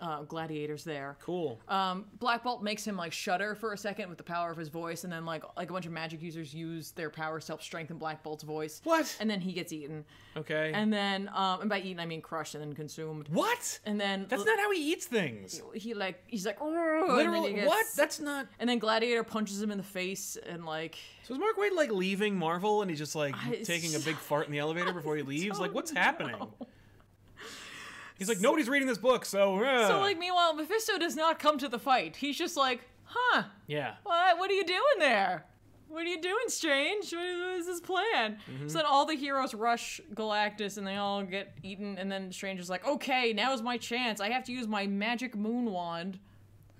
uh, Gladiator's there.
Cool.
Um, Black Bolt makes him like shudder for a second with the power of his voice, and then like like a bunch of magic users use their powers to help strengthen Black Bolt's voice.
What?
And then he gets eaten.
okay.
And then um, and by eaten I mean crushed and then consumed.
what?
And then
That's not how he eats things.
he like he's like "Urgh," and then
Literally,
he gets-
what? That's not.
And then Gladiator punches him in the face and like
So is Mark Wade like leaving Marvel and he's just like
I-
taking
*laughs*
a big fart in the elevator before he leaves? Like, what's
don't
happening?
know.
He's like, nobody's reading this book, so. uh."
So like meanwhile Mephisto does not come to the fight. He's just like, "Huh.
yeah.
What what are you doing there? What are you doing, Strange? What is, what is this plan?
Mm-hmm.
So then all the heroes rush Galactus and they all get eaten and then Strange is like, "Okay, now is my chance. I have to use my magic moon wand."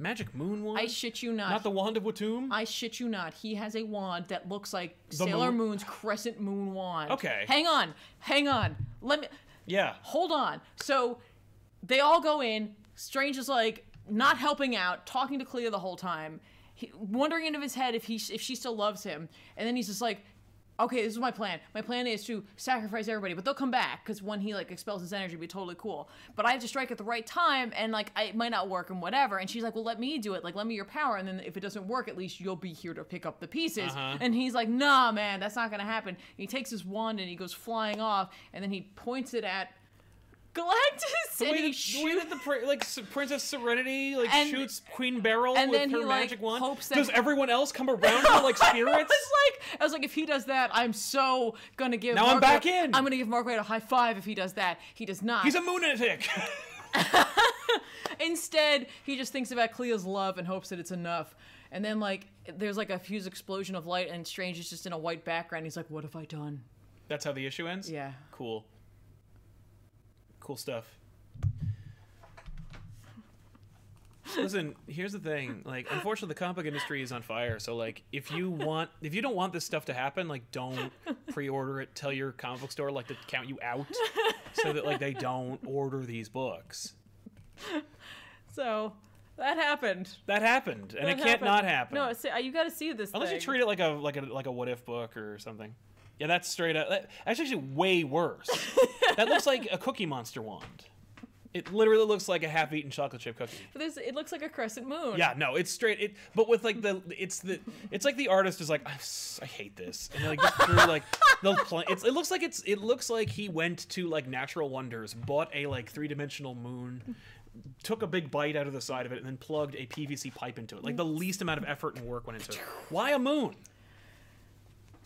Magic Moon one.
I shit you not.
Not the Wand of Watum.
I shit you not. He has a wand that looks like
The
Sailor
moon-
Moon's crescent moon wand.
Okay.
Hang on. Hang on. Let me
yeah.
hold on. So they all go in. Strange is like not helping out, talking to Clea the whole time, he, wondering into his head if he if she still loves him. And then he's just like, "Okay, this is my plan. My plan is to sacrifice everybody, but they'll come back because when he like expels his energy, it'll be totally cool. But I have to strike at the right time, and like I, it might not work and whatever." And she's like, "Well, let me do it. Like, let me your power. And then if it doesn't work, at least you'll be here to pick up the pieces."
Uh-huh.
And he's like, "Nah, man, that's not gonna happen." And he takes his wand and he goes flying off, and then he points it at Galactus
The
and
way, that,
he
the way
shoots. *laughs*
that the pri- like S- Princess Serenity like
And-
shoots Queen Beryl
and
with
then
her
he, like,
magic wand.
hopes that-
Does everyone else
*laughs*
come around her like
I
spirits?
was like, I was like, if he does that, I'm so gonna give.
Now I'm
Margaret-
back in.
I'm gonna give Margaret a high five if he does that. He does not.
He's a moonatic.
Instead, he just thinks about Clea's love and hopes that it's enough. And then like, there's like a fuse explosion of light, and Strange is just in a white background. He's like, what have I done?
*laughs* That's how the issue ends.
Yeah.
Cool. Cool stuff. Listen, here's the thing. Like, unfortunately, the comic book industry is on fire. So, like, if you want, if you don't want this stuff to happen, like, don't pre-order it. Tell your comic book store like to count you out, so that like they don't order these books.
So that happened.
That happened, and it
That
can't
happened.
not happen.
No, it's, you got to see this.
unless you
thing.
treat it like a like a like a what if book or something. Yeah, that's straight up. that- That's actually way
*laughs*
worse. that looks like a Cookie Monster wand. It literally looks like a half-eaten chocolate chip cookie.
But there's- it looks like a crescent moon.
Yeah, no, it's straight. It, but with like the, it's the, it's like the artist is like, "I'm s- I hate this, and like just drew like the pla- it's, It looks like it's, it looks like he went to like Natural Wonders, bought a like three-dimensional moon, took a big bite out of the side of it, and then plugged a PVC pipe into it. Like the least amount of effort and work went into it. Why a moon?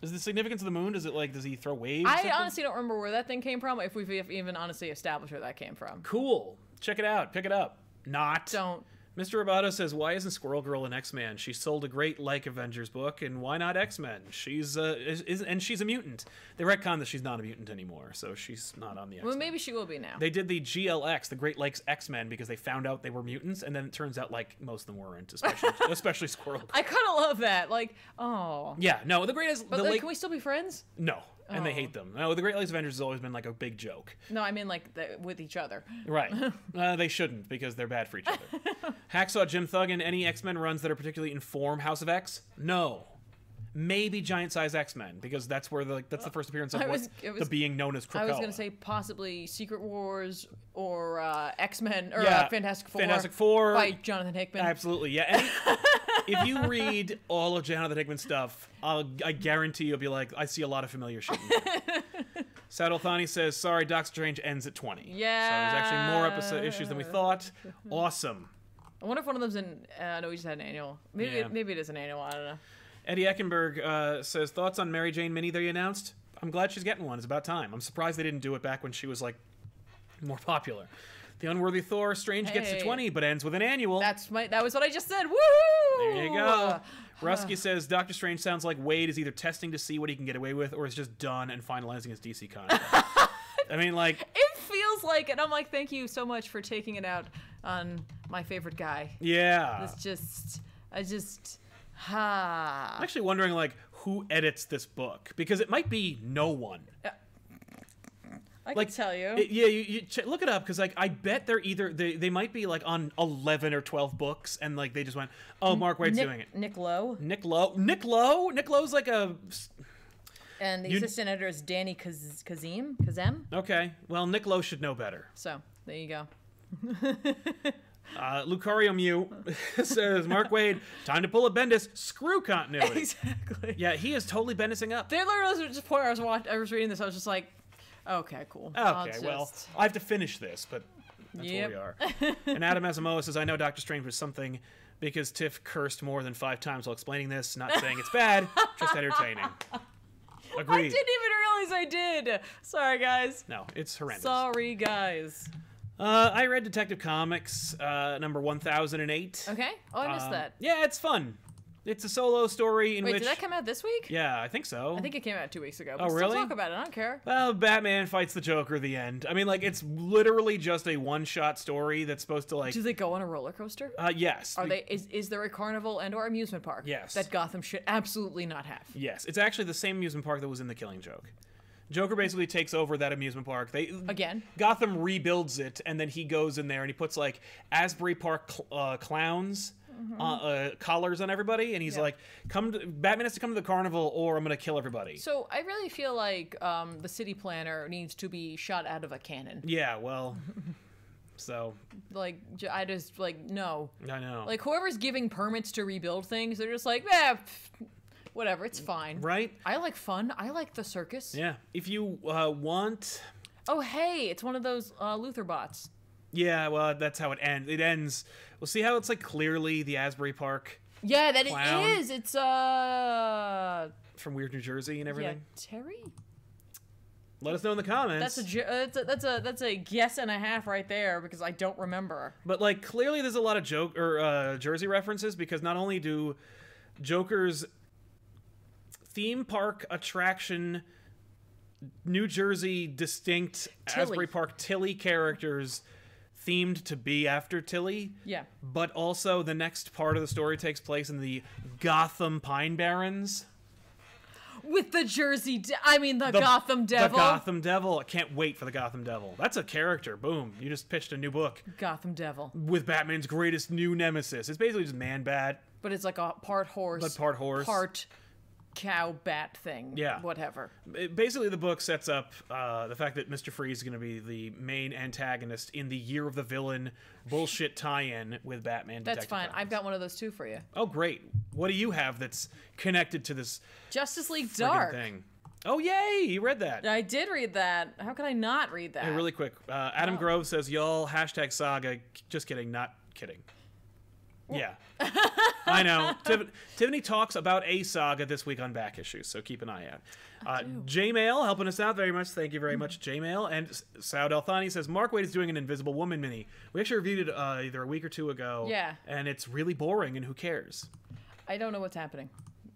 Is the significance of the moon? Does it like, does he throw waves? or
I
something?
honestly don't remember where that thing came from. If we've even honestly established where that came from.
cool. Check it out. Pick it up. Not.
Don't.
Mr. Roboto says, "Why isn't Squirrel Girl an X-Man? She sold a great like Avengers book, and why not X-Men? She's uh, is, is, and she's a mutant. They retcon that she's not a mutant anymore, so she's not on the X-Men.
Well, maybe she will be now.
they did the GLX, the Great Lakes X-Men, because they found out they were mutants, and then it turns out like most of them weren't,
*laughs*
especially especially Squirrel. Girl.
I kind of love that. Like, oh,
yeah, no, the greatest.
but
the
like,
lake,
can we still be friends?
no, and they hate them. Oh, the Great Lakes Avengers has always been like a big joke.
No, I mean like the, with each other.
Right.
*laughs*
uh, they shouldn't because they're bad for each other. Hacksaw Jim Thuggin, any X Men runs that are particularly inform House of X? No. Maybe giant size X Men because that's where the like, that's the first appearance of
I
what
was- it was-
the being known as Krakoa.
I was going to say possibly Secret Wars or uh, X Men or
Yeah,
uh, Fantastic Four.
Fantastic Four.
by Jonathan Hickman.
Absolutely, yeah. Any,
*laughs*
if you read all of Jonathan Hickman stuff, I'll, I guarantee you'll be like, I see a lot of familiar shit. in
*laughs*
here." Saddle Thani says, "Sorry, Doctor Strange ends at 20." so there's actually more episode issues than we
*laughs*
thought. Awesome.
I wonder if one of them's in. Uh, no, we just had an annual. Maybe
Yeah.
it, maybe it is an annual. I don't know.
Eddie Eckenberg uh, says, "Thoughts on Mary Jane Mini they announced? I'm glad she's getting one. It's about time. I'm surprised they didn't do it back when she was like more popular." The unworthy Thor Strange gets to
Hey.
20 but ends with an annual.
That's my. That was what I just said. Woohoo!
There you go. Rusky says Doctor Strange sounds like Wade is either testing to see what he can get away with or is just done and finalizing his DC
*laughs*
contract. I mean, like,
It feels like, and I'm like, thank you so much for taking it out on my favorite guy.
yeah.
It's just, I just, ha.
I'm actually wondering, like, who edits this book because it might be no one.
I
Like,
can tell you.
it- yeah, you, you ch- look it up because, like, I bet they're either they, they might be like on eleven or twelve books, and like they just went, oh, Mark Wade's
Nick,
doing it.
Nick Lowe
Nick Lowe, Nick Lowe, Nick Lowe's like a
and the
You-
assistant editor is Danny Kaz- Kazim. Kazem.
okay. Well, Nick Lowe should know better.
So there you go.
Uh, Lucario Mew *laughs* says, Mark Wade, time to pull a Bendis. Screw continuity.
*laughs* Exactly.
Yeah, he is totally Bendising up.
There literally was just a point I was watch- I was reading this. I was just like, okay, cool. I'll
Okay, well,
just-
I have to finish this, but that's
Yep. *laughs*
where we are. and Adam Asamoah says, I know Doctor Strange was something because Tiff cursed more than five times while explaining this. Not saying it's bad, just
*laughs*
entertaining.
I
Agreed.
didn't even realize I did. Sorry, guys.
No, it's horrendous.
Sorry, guys.
Uh, I read Detective Comics uh, number 1008.
Okay. Oh, I missed
Um,
that.
Yeah, it's fun. It's a solo story in
Wait,
which.
did that come out this week?
yeah, I think so.
I think it came out two weeks ago. But
Oh,
still
really?
Talk about it. I don't care.
Well, Batman fights the Joker. The end. I mean, like it's literally just a one-shot story that's supposed to like.
Do they go on a roller coaster?
Uh, yes.
Are
be-
they? Is, is there a carnival and or amusement park?
Yes.
That Gotham should absolutely not have.
Yes. It's actually the same amusement park that was in The Killing Joke. Joker basically takes over that amusement park. They
Again?
Gotham rebuilds it, and then he goes in there and he puts like Asbury Park cl- uh, clowns. Uh, uh, collars on everybody, and he's
Mm-hmm. Yeah.
like, "Come, to, Batman has to come to the carnival, or I'm gonna kill everybody."
So I really feel like um, the city planner needs to be shot out of a cannon.
yeah,
*laughs*
well, so
Like j- I just like no.
I know,
Like whoever's giving permits to rebuild things, they're just like, eh, pff, whatever, it's fine.
right?
I like fun. I like the circus.
Yeah. If you uh, want
Oh hey, it's one of those uh, Luther bots.
Yeah, well, that's how it ends. It ends. We'll see how it's like clearly the Asbury Park
Yeah, that
Clown.
it is. It's uh,
from Weird New Jersey and
yeah,
everything.
Terry.
Let us know in the comments.
That's a, ju- uh, that's a that's a that's a guess and a half right there because I don't remember.
but like clearly there's a lot of joke or uh, Jersey references because not only do Joker's theme park attraction New Jersey distinct
Tilly.
Asbury Park Tilly characters themed to be after Tilly.
Yeah.
But also the next part of the story takes place in the Gotham Pine Barrens.
With the Jersey, de- I mean the, Gotham
The
Devil.
Gotham Devil. I can't wait for the Gotham Devil. That's a character. Boom. You just pitched a new book
Gotham Devil.
with Batman's greatest new nemesis. It's basically just Man Bat.
But it's like a part horse,
But part horse.
part cow bat thing.
Yeah.
whatever.
It- basically, the book sets up uh, the fact that Mr. Freeze is going to be the main antagonist in the Year of the Villain bullshit tie in with Batman.
That's
Detective
fine. I've
Comics.
got one of those too for you.
Oh, great. What do you have that's connected to this
Justice League
friggin'
Dark.
thing? Oh, yay. You read that.
I did read that. How could I not read that?
Hey, really quick. Uh, Adam Grove says, y'all, hashtag saga. Just kidding, not kidding. Yeah. I *laughs* know. Tiv- Tiffany talks about a saga this week on back issues, so keep an eye out. Uh, J Mail helping us out very much. Thank you very much, J Mail. And S- Saud El Thani says, Mark Wade is doing an Invisible Woman mini. We actually reviewed it uh, either a week or two ago.
Yeah.
And it's really boring, and who cares?
I don't know what's happening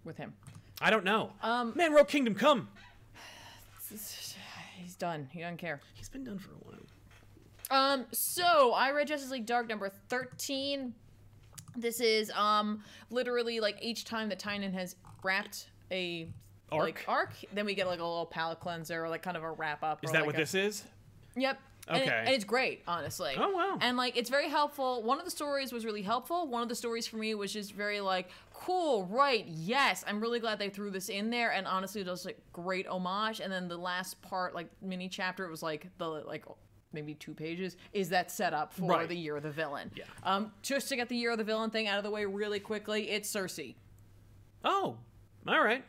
with him.
I don't know. Um, Man, Rogue Kingdom, come.
He's done. He doesn't care.
He's been done for a while.
Um, so I read Justice League Dark number 13. This is um literally like each time that Tynan has wrapped a
Arc?
like arc. Then we get like a little palate cleanser or like kind of a wrap up.
Is
or,
that
like,
what
a-
this is?
Yep. And, it-
Okay.
and it's great, honestly.
Oh, wow.
And like it's very helpful. One of the stories was really helpful. One of the stories for me was just very like cool, right? Yes, I'm really glad they threw this in there. And honestly, it was like great homage. And then the last part, like mini chapter, it was like the like maybe two pages is that set up for
Right.
the year of the villain.
Yeah.
Um, just to get the year of the villain thing out of the way really quickly, it's Cersei.
Oh, all right.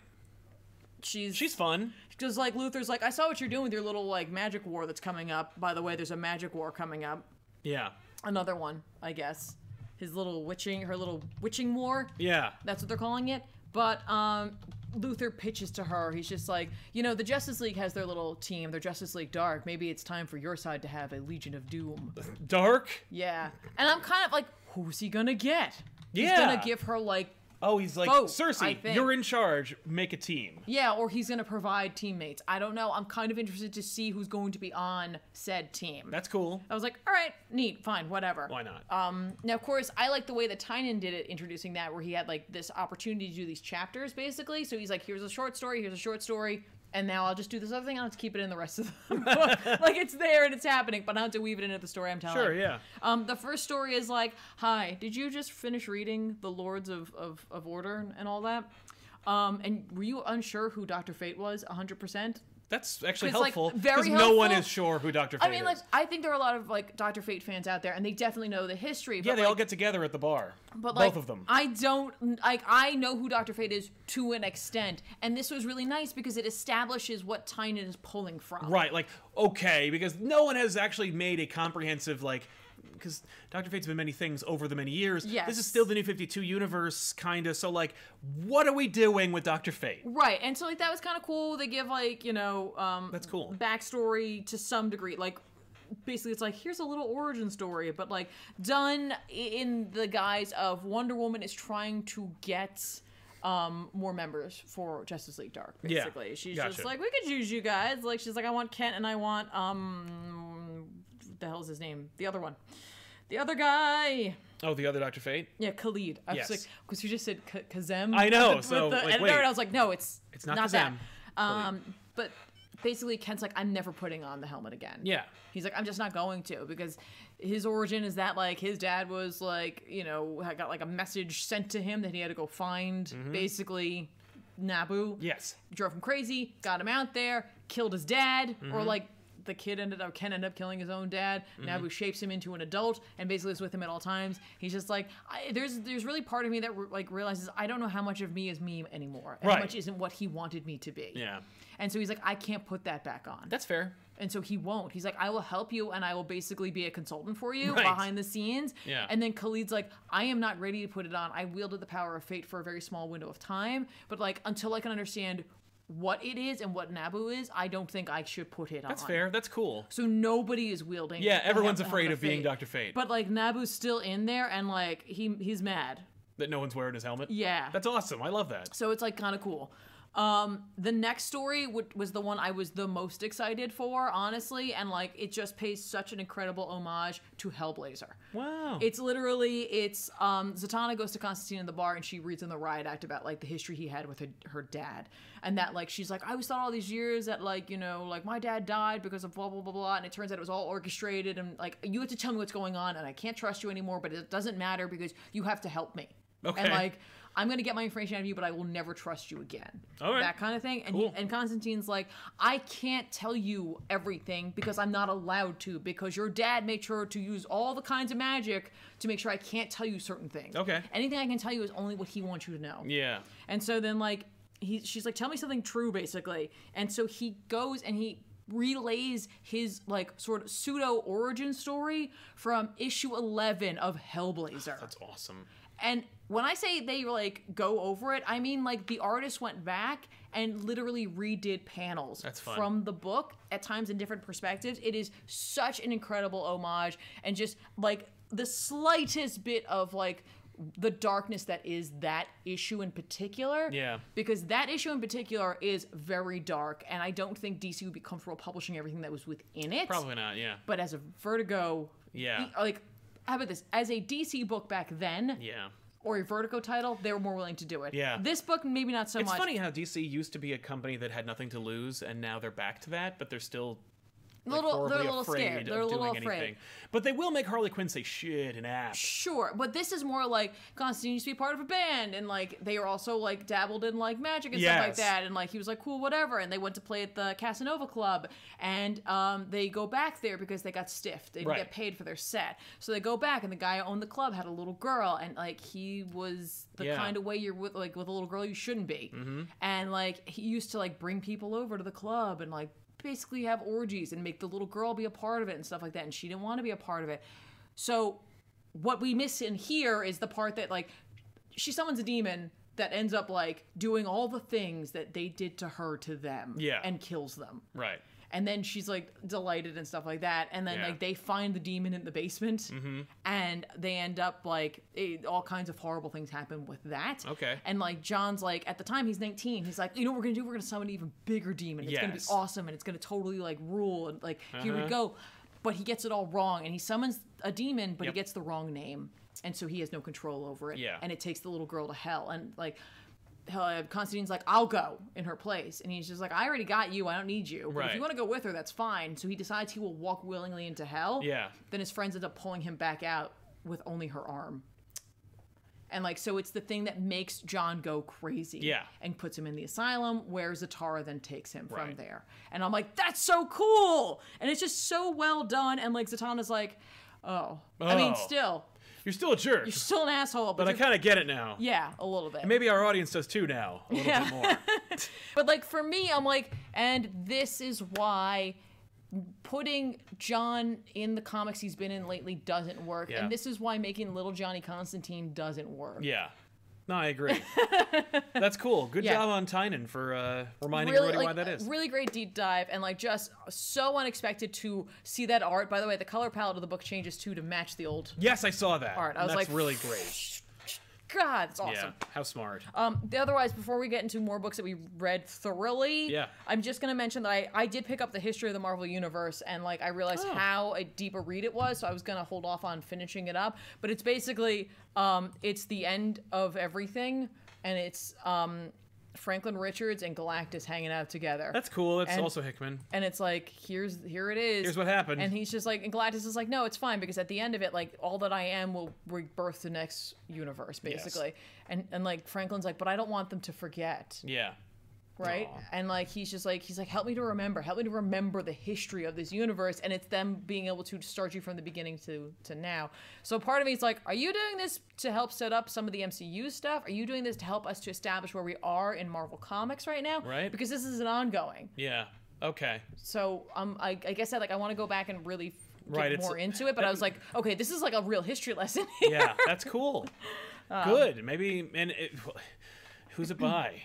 She's
She's fun.
Because like Luther's like, I saw what you're doing with your little like magic war that's coming up. By the way, there's a magic war coming up.
Yeah.
Another one, I guess. His little witching, her little witching war.
Yeah.
That's what they're calling it. But um, Luther pitches to her. He's just like, you know, the Justice League has their little team, their Justice League Dark. Maybe it's time for your side to have a Legion of Doom.
Dark.
Yeah. And I'm kind of like, who's he gonna get? He's
Yeah.
gonna give her like,
Oh, he's like,
Vote, I
Cersei,
think.
you're in charge. Make a team.
yeah, or he's gonna provide teammates. I don't know. I'm kind of interested to see who's going to be on said team.
That's cool.
I was like, all right, neat, fine, whatever. Um,
Why not?
Now, of course, I like the way that Tynan did it, introducing that, where he had like this opportunity to do these chapters, basically. So he's like, "Here's a short story, here's a short story, and now I'll just do this other thing. I'll just keep it in the rest of the
*laughs*
*laughs* book. like it's there and it's happening, but I don't have to weave it into the story I'm telling."
sure, yeah.
Um, the first story is like, "Hi, did you just finish reading the Lords of of, of Order and all that?" Um, and were you unsure who Doctor Fate was? 100%?
That's actually
'Cause, like,
helpful.
very
Because no one
helpful.
is sure who Dr. Fate
I mean, like,
is.
I think there are a lot of like Doctor Fate fans out there, and they definitely know the history.
Yeah,
but,
they all
like,
get together at the bar.
But
Both
like,
of them.
I don't like. I know who Doctor Fate is to an extent, and this was really nice because it establishes what Tynan is pulling from.
Right, like okay, because no one has actually made a comprehensive like because Doctor Fate's been many things over the many years. this
Yes.
is still the New Fifty Two universe, kind of. So like, what are we doing with Doctor Fate?
Right, and so like that was kind of cool. They give like you know um
That's cool.
backstory to some degree, like. Basically, it's like here's a little origin story, but like done i- in the guise of Wonder Woman is trying to get um more members for Justice League Dark.
Yeah,
Basically, she's just
gotcha.
like we could use you guys. Like she's like I want Kent and I want um the hell's his name? The other one, the other guy.
Oh, the other Doctor Fate.
Yeah, Khalid. I
Yes.
was like, because you just said K- Kazem.
I know,
with with
so, like,
editor,
wait.
and I was like, no, it's
It's not
that.
Kazem.
Um, but basically, Kent's like, I'm never putting on the helmet again.
Yeah.
He's like, I'm just not going to because his origin is that like his dad was like, you know, had got like a message sent to him that he had to go find
Mm-hmm.
basically Naboo.
Yes.
Drove him crazy, got him out there, killed his dad, or
Mm-hmm.
like. The kid ended up, Ken ended up killing his own dad. Naboo shapes him into an adult and basically is with him at all times. He's just like, I, there's there's really part of me that re- like realizes I don't know how much of me is me anymore, and
Right.
how much isn't what he wanted me to be.
Yeah,
And so he's like, I can't put that back on.
that's fair.
And so he won't. He's like, I will help you and I will basically be a consultant for
*laughs*
you
Right.
behind the scenes.
Yeah.
And then Khalid's like, I am not ready to put it on. I wielded the power of fate for a very small window of time. But like, until I can understand what it is and what Naboo is, I don't think I should put it on.
That's fair. That's cool.
So nobody is wielding.
Yeah,
the
everyone's
hel- the
afraid
helmet
of being
fate.
Doctor Fate.
But like Naboo's still in there and like he he's mad.
that no one's wearing his helmet.
Yeah.
that's awesome. I love that.
So it's like kind of cool. Um, the next story would, was the one I was the most excited for, honestly, and like it just pays such an incredible homage to Hellblazer.
Wow.
It's literally it's um, Zatanna goes to Constantine in the bar and she reads in the riot act about like the history he had with her, her dad, and that like she's like I always thought all these years that like you know like my dad died because of blah blah blah blah, and it turns out it was all orchestrated and like you have to tell me what's going on and I can't trust you anymore, but it doesn't matter because you have to help me.
Okay.
And like I'm gonna get my information out of you, but I will never trust you again.
All right.
That kind of thing. And he,
Cool.
and Constantine's like, I can't tell you everything because I'm not allowed to because your dad made sure to use all the kinds of magic to make sure I can't tell you certain things.
Okay.
Anything I can tell you is only what he wants you to know.
yeah.
And so then like he she's like, Tell me something true, basically. And so he goes and he relays his like sort of pseudo origin story from issue 11 of Hellblazer.
That's awesome.
And when I say they like go over it, I mean like the artist went back and literally redid panels
That's fun.
from the book at times in different perspectives. It is such an incredible homage and just like the slightest bit of like the darkness that is that issue in particular.
Yeah.
Because that issue in particular is very dark and I don't think DC would be comfortable publishing everything that was within it.
Probably not. Yeah.
But as a Vertigo
Yeah.
like how about this? As a DC book back then,
Yeah.
or a Vertigo title, they were more willing to do it.
Yeah.
This book, maybe not so
It's
much.
funny how DC used to be a company that had nothing to lose, and now they're back to that, but they're still like,
little, they're a
horribly
little
afraid
scared.
of
They're a little
doing
afraid.
anything. But they will make Harley Quinn say shit and app.
Sure, but this is more like Constantine used to be part of a band, and like they were also like dabbled in like magic and stuff like
Yes.
that, and like he was like cool, whatever, and they went to play at the Casanova Club, and um, they go back there because they got stiffed, they didn't
Right.
get paid for their set, so they go back, and the guy who owned the club had a little girl, and like he was the
Yeah. Mm-hmm.
kind of way you're with like with a little girl you shouldn't be, and like he used to like bring people over to the club and like basically have orgies and make the little girl be a part of it and stuff like that, and she didn't want to be a part of it, so what we miss in here is the part that like she summons a demon that ends up like doing all the things that they did to her to them
Yeah.
and kills them
Right.
and then she's like delighted and stuff like that and then
Yeah. Mm-hmm.
like they find the demon in the basement and they end up like it, all kinds of horrible things happen with that
Okay.
and like john's like at the time he's 19 he's like you know what we're gonna do we're gonna summon an even bigger demon it's gonna be
Yes.
awesome and it's gonna totally like rule and like here we
Uh-huh.
go but he gets it all wrong and he summons a demon but
Yep.
he gets the wrong name and so he has no control over it
Yeah.
and it takes the little girl to hell and like uh, Constantine's like, I'll go in her place. And he's just like, I already got you. I don't need you. But if
Right.
you want to go with her, that's fine. So he decides he will walk willingly into hell.
Yeah.
Then his friends end up pulling him back out with only her arm. And like, so it's the thing that makes John go crazy.
Yeah.
And puts him in the asylum where Zatara then takes him from
Right.
there. And I'm like, that's so cool. And it's just so well done. And like, Zatanna's like, oh. I mean,
Oh.
still,
You're still a jerk,
you're still an asshole.
but I
you're-
kind of get it now.
Yeah, a little bit.
Maybe our audience does too now, a little
Yeah.
bit
*laughs*
more.
But like for me, I'm like, and this is why putting John in the comics he's been in lately doesn't work,
Yeah.
and this is why making little Johnny Constantine doesn't work.
Yeah. No, I
*laughs*
agree. That's cool. Good
Yeah.
job on Tynan for uh, reminding
Really,
everybody
like, uh,
why that is.
really great deep dive, and like just so unexpected to see that art. By the way, the color palette of the book changes too to match the old.
yes, I saw that.
Art. I
and
was
That's
like,
really great.
God, it's awesome.
Yeah. How smart.
Um, the- otherwise, before we get into more books that we read thoroughly,
Yeah.
I'm just gonna mention that I, I did pick up the history of the Marvel Universe, and like I realized
Oh.
how a deeper read it was, so I was gonna hold off on finishing it up. But it's basically um, it's the end of everything, and it's um, Franklin Richards and Galactus hanging out together.
That's cool. That's
And-
also Hickman.
and it's like here's here it is.
Here's what happened.
And he's just like, and Galactus is like, no, it's fine because at the end of it, like all that I am will give birth to next universe,
Yes.
basically. And and like Franklin's like, but I don't want them to forget,
Yeah.
right?
Aw.
And like he's just like, he's like, help me to remember, help me to remember the history of this universe, and it's them being able to start you from the beginning to to now. So part of me is like, are you doing this to help set up some of the MCU stuff? Are you doing this to help us to establish where we are in Marvel Comics right now?
Right.
Because this is an ongoing.
Yeah. Okay.
So um, I, I guess I like I want to go back and really f- get
Right, it's-
more into it, but I was like, okay, this is like a real history lesson. *laughs*
*laughs* Yeah. That's cool.
Um,
Good. Maybe. And it, *laughs* who's it by?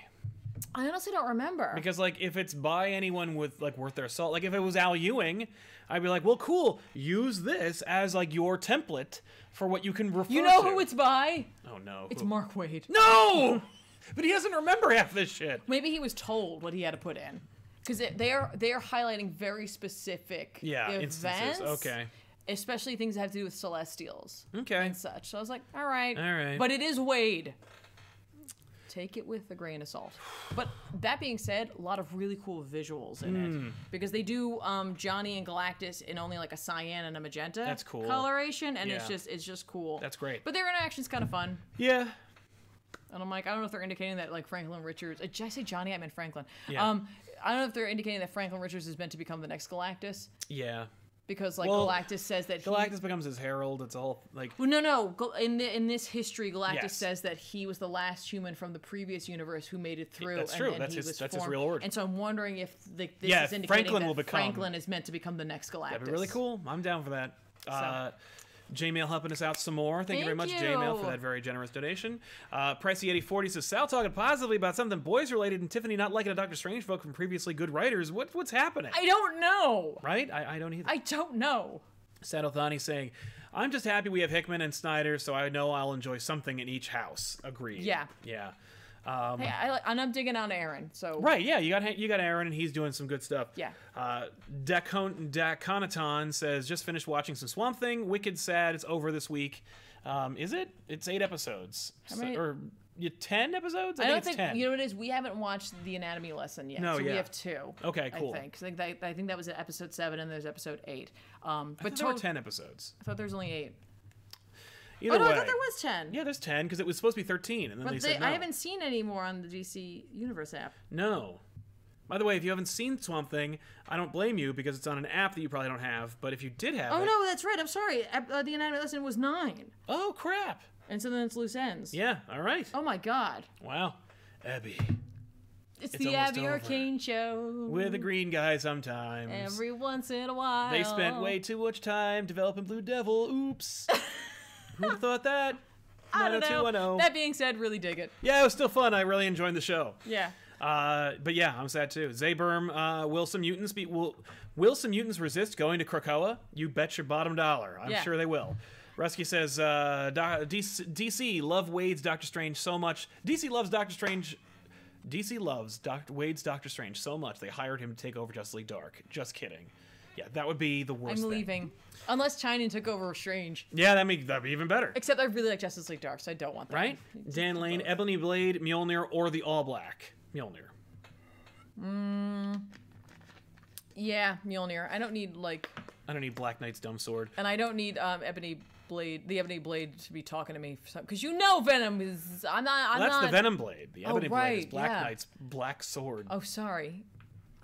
I honestly don't remember.
Because like if it's by anyone with like worth their salt, like if it was Al Ewing, I'd be like, well, cool. Use this as like your template for what you can refer.
you know
to.
who it's by?
Oh no.
It's
who-
Mark Wade.
No. but he doesn't remember half this shit.
Maybe he was told what he had to put in because they are they are highlighting very specific
Yeah.
events,
Instances. Okay.
especially things that have to do with celestials
Okay.
and such. So I was like, all right,
All right.
but it is Wade. Take it with a grain of salt. But that being said, a lot of really cool visuals in
Hmm.
it because they do um, Johnny and Galactus in only like a cyan and a magenta.
That's cool.
coloration, and it's
Yeah.
just it's just cool.
That's great.
But their interaction's kind of fun.
Yeah.
And I'm like, I don't know if they're indicating that like Franklin Richards. uh, Did I say Johnny? I meant Franklin.
Yeah.
Um, I don't know if they're indicating that Franklin Richards is meant to become the next Galactus
Yeah.
because like
Well,
Galactus says that he-
Galactus becomes his herald. It's all like.
Well, no, no. Gal- In the, in this history, Galactus
Yes.
says that he was the last human from the previous universe who made it through.
That's
and
true.
Then
That's
he
his-
was
that's his
formed.
real origin.
And so I'm wondering if the, this
Yeah,
is indicating
Franklin
that
will become-
Franklin is meant to become the next Galactus.
That'd be really cool. I'm down for that. Uh, J-Mail helping us out some more. Thank, you very much,
Thank
J-Mail,
you.
for that very generous donation. Uh, Pricey8040 says, Sal talking positively about something boys-related and Tiffany not liking a Doctor Strange book from previously good writers. What, what's happening?
I don't know.
right? I, I don't either.
I don't know.
Saddlethani saying, I'm just happy we have Hickman and Snyder, so I know I'll enjoy something in each house. Agreed.
Yeah.
Yeah.
Hey, I, like- and I'm digging on Aaron. So
Um, Right, yeah, you got you got Aaron, and he's doing some good stuff.
Yeah.
Uh, Dacon Daconaton says just finished watching some Swamp Thing. Wicked sad. It's over this week. Um, is it? It's eight episodes.
How
So-
many-
or yeah, ten episodes? I,
I
think
don't
it's
think
ten.
you know what it is. We haven't watched the anatomy lesson yet,
No,
so
yeah.
we have two.
Okay, cool.
I think 'Cause I think that, I think that was episode seven, and there's episode eight. Um,
I
but
thought there were
to-
ten episodes.
I thought there was only eight.
Either
oh no,
way.
I thought there was ten.
Yeah, there's ten because it was supposed to be thirteen, and then
but
they,
they,
said no.
I haven't seen any more on the DC Universe app.
No. By the way, if you haven't seen Swamp Thing, I don't blame you because it's on an app that you probably don't have. But if you did have
Oh
it,
no, that's right. I'm sorry. Ep- Uh, the anatomy lesson was nine,
oh crap!
and so then it's loose ends.
Yeah, all right.
Oh my god.
Wow, Abby,
It's,
It's
the
almost
Abby
over.
Arcane show.
with a green guy sometimes.
Mm. Every oh. once in a while.
They spent way too much time developing Blue Devil.
*laughs*
Oops. Who thought that?
I don't know.
90210.
That being said, really dig it.
Yeah, it was still fun. I really enjoyed the show.
Yeah.
Uh, but yeah, I'm sad too. Zaberm, uh, will some mutants be will will some mutants resist going to Krakoa? You bet your bottom dollar. I'm
Yeah.
sure they will. Rusky says, uh, Doc- DC, DC love Wade's Doctor Strange so much. DC loves Doctor Strange. DC loves Doctor Wade's Doctor Strange so much they hired him to take over Justice League Dark. Just kidding. Yeah, that would be the worst.
I'm
thing.
leaving. Unless China took over Strange.
Yeah, that make that'd be even better.
Except I really like Justice League Dark, so I don't want that.
Right? Dan Lane, Ebony Blade, Mjolnir, or the All Black Mjolnir.
Yeah, Mjolnir. I don't need like,
I don't need Black Knight's dumb sword.
and I don't need um Ebony Blade, the Ebony Blade, to be talking to me for something because you know Venom is. I'm not. I'm
That's
not. Oh,
the Venom Blade. The Ebony Blade is
right,
Black
yeah.
Knight's black sword.
Oh, sorry.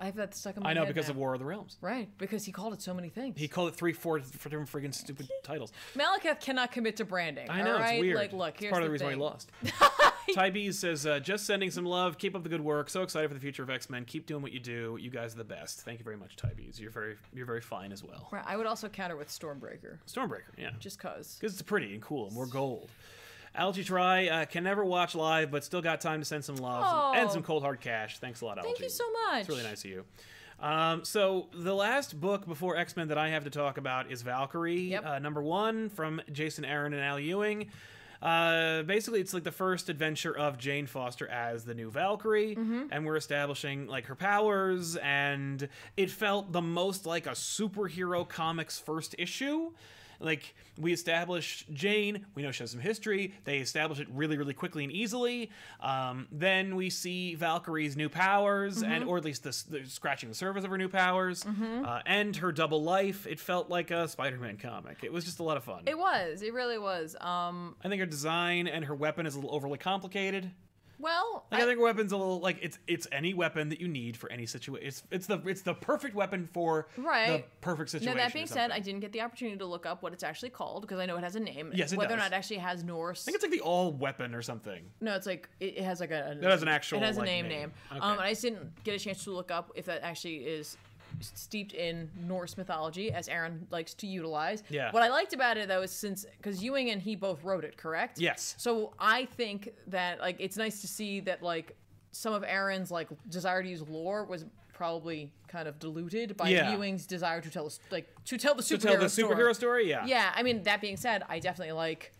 I have that stuck in my
I know
head
because
now.
of War of the Realms.
Right, because he called it so many things.
He called it three, four for different friggin'
*laughs*
stupid titles.
Malekith cannot commit to branding.
I know
all right?
it's weird.
Like, look,
It's
here's
part of
the
the reason
thing.
why he lost.
*laughs*
Ty B says, uh, "Just sending some love. Keep up the good work. So excited for the future of X Men. Keep doing what you do. You guys are the best. Thank you very much, Ty Bees. You're very, you're very fine as well.
Right, I would also counter with Stormbreaker,
Stormbreaker, yeah.
just cause.
because it's pretty and cool and more gold. Algae Try uh, can never watch live, but still got time to send some love
Oh.
and some cold hard cash. Thanks a lot, Algae.
Thank you so much.
It's really nice of you. Um, so the last book before X Men that I have to talk about is Valkyrie,
Yep.
uh, number one from Jason Aaron and Al Ewing. Uh, basically, it's like the first adventure of Jane Foster as the new Valkyrie,
Mm-hmm.
and we're establishing like her powers, and it felt the most like a superhero comics first issue. Like we establish Jane, we know she has some history. They establish it really, really quickly and easily. Um, then we see Valkyrie's new powers,
Mm-hmm.
and or at least the, s- the scratching the surface of her new powers, uh, and her double life. It felt like a Spider-Man comic. It was just a lot of fun.
It was. It really was. Um.
I think her design and her weapon is a little overly complicated.
Well,
Like I,
I-
think her weapon's a little like it's it's any weapon that you need for any situation. It's it's the it's the perfect weapon for the
Right.
perfect
No,
situation.
that
or
being said, I
something.
didn't get the opportunity to look up what it's actually called because I know it has a name.
Yes, it does.
Whether or not it actually has Norse.
I think it's like the all weapon or something.
no, it's like it it has like a.
It has an actual,
It has a
like,
name.
name.
Name.
Okay.
Um, and I just didn't get a chance to look up if that actually is steeped in Norse mythology, as Aaron likes to utilize.
Yeah.
What I liked about it though is since because Ewing and he both wrote it, correct?
Yes.
So I think that like it's nice to see that like some of Aaron's like desire to use lore was probably kind of diluted by
Yeah.
Ewing's desire to tell us like to tell the superhero
To tell the
story.
superhero story, yeah.
Yeah, I mean that being said, I definitely like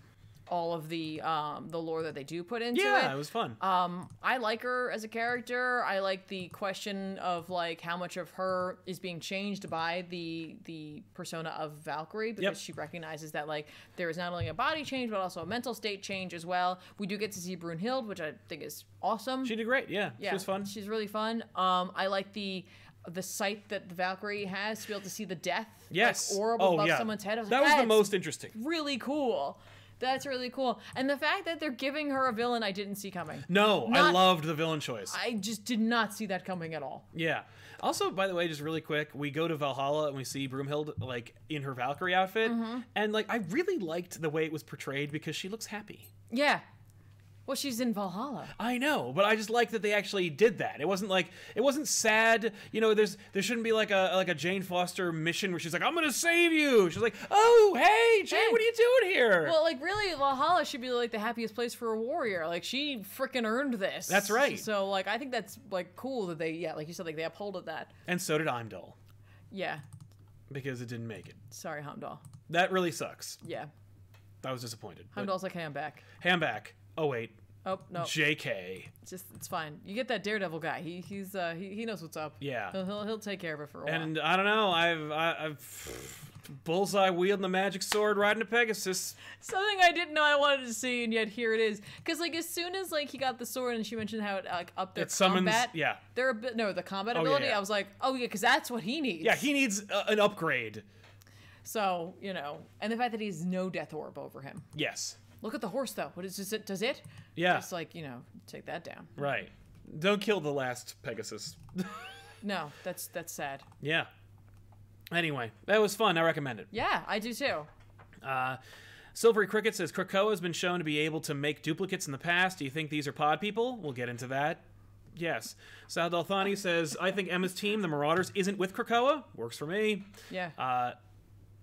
all of the um the lore that they do put into
Yeah,
it.
it was fun.
um I like her as a character. I like the question of like how much of her is being changed by the the persona of Valkyrie because she recognizes that like there is not only a body change but also a mental state change as well. We do get to see Brunhild, which I think is awesome.
she did great. Yeah,
yeah,
she was fun.
She's really fun. Um I like the the sight that the Valkyrie has to be able to see the death like,
yes.
orb
oh
above
yeah.
someone's head. I was
that
like,
was the
"That's
most interesting.
really cool. That's really cool. And the fact that they're giving her a villain I didn't see coming.
No, I
Not-
loved the villain choice.
I just did not see that coming at all.
Yeah. Also, by the way, just really quick, we go to Valhalla and we see Broomhild like in her Valkyrie outfit,
Mm-hmm.
and like I really liked the way it was portrayed because she looks happy.
Yeah. Well, she's in Valhalla.
I know, but I just like that they actually did that. It wasn't like it wasn't sad. You know, there's there shouldn't be like a like a Jane Foster mission where she's like, "I'm gonna save you." She's like, "Oh, hey, Jane,
Hey.
what are you doing here?"
Well, like really, Valhalla should be like the happiest place for a warrior. Like she freaking earned this.
That's right.
So like I think that's like cool that they yeah like you said like they upholded that.
and so did Heimdall
Yeah.
because it didn't make it.
Sorry, Heimdall.
That really sucks.
Yeah.
I was disappointed. but-
Heimdall's like hey I'm back.
Hey, I'm back. Oh wait,
Oh no,
J.K.
it's just it's fine. You get that daredevil guy. He he's uh he, he knows what's up.
Yeah.
He'll, he'll he'll take care of it for a while.
And I don't know. I've I, I've Bullseye wielding the magic sword, riding a Pegasus.
Something I didn't know I wanted to see, and yet here it is. Because like as soon as like he got the sword, and she mentioned how it like upped their
It summons-
combat.
yeah.
Their abi- no the combat
yeah,
ability.
yeah.
I was like, oh yeah, because that's what he needs.
Yeah, he needs uh, an upgrade.
So you know, and the fact that he has no death orb over him.
Yes.
Look at the horse though. What is does it? Does it?
Yeah.
Just like you know, take that down.
Right. Don't kill the last Pegasus.
No, that's that's sad.
yeah. Anyway, that was fun. I recommend it.
Yeah, I do too.
Uh, Silvery Cricket says Krakoa has been shown to be able to make duplicates in the past. Do you think these are pod people? We'll get into that. Yes. Sal Dalthani says I think Emma's team, the Marauders, isn't with Krakoa. Works for me.
Yeah.
Uh,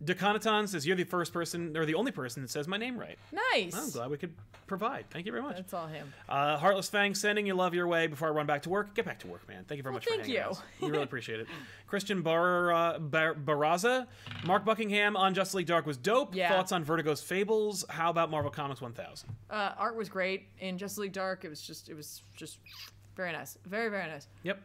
Deconaton says you're the first person or the only person that says my name right.
nice.
I'm glad we could provide. Thank you very much.
That's all him.
Uh, Heartless Fang sending you love your way before I run back to work. Get back to work, man. Thank you very much
thank
for hanging
you.
out. We
*laughs*
really appreciate it. Christian Bar- uh, Bar- Barraza, Mark Buckingham on Justly Dark was dope.
Yeah.
Thoughts on Vertigo's Fables? How about Marvel Comics 1000?
Uh, art was great in Justice League Dark. It was just it was just very nice. Very very nice.
Yep.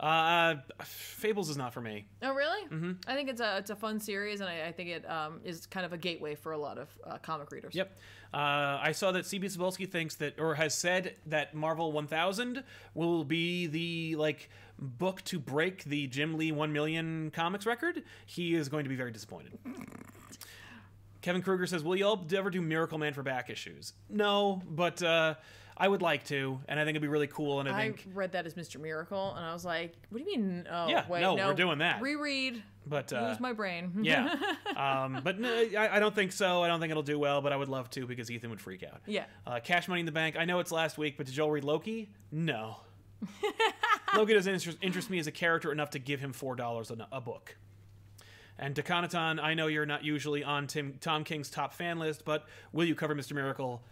Uh, Fables is not for me.
Oh really? Mm-hmm. I think it's a it's a fun series, and I, I think it um, is kind of a gateway for a lot of uh, comic readers.
Yep. Uh, I saw that CB Cebulski thinks that, or has said that Marvel 1000 will be the like book to break the Jim Lee 1 million comics record. He is going to be very disappointed. Kevin Kruger says, "Will y'all ever do Miracle Man for back issues?" No, but uh, I would like to, and I think it'd be really cool. And I,
I
think,
read that as Mr. Miracle, and I was like, "What do you mean? Oh,
Yeah,
wait,
no, we're doing that.
Reread,
but uh,
lose my brain. *laughs*
yeah, um, but no, I, I don't think so. I don't think it'll do well, but I would love to because Ethan would freak out.
Yeah.
Uh, Cash Money in the Bank. I know it's last week, but did y'all read Loki?
*laughs*
No. Loki doesn't interest, interest me as a character enough to give him four dollars a, a book. And Deconaton, I know you're not usually on Tim, Tom King's top fan list, but will you cover Mr. Miracle?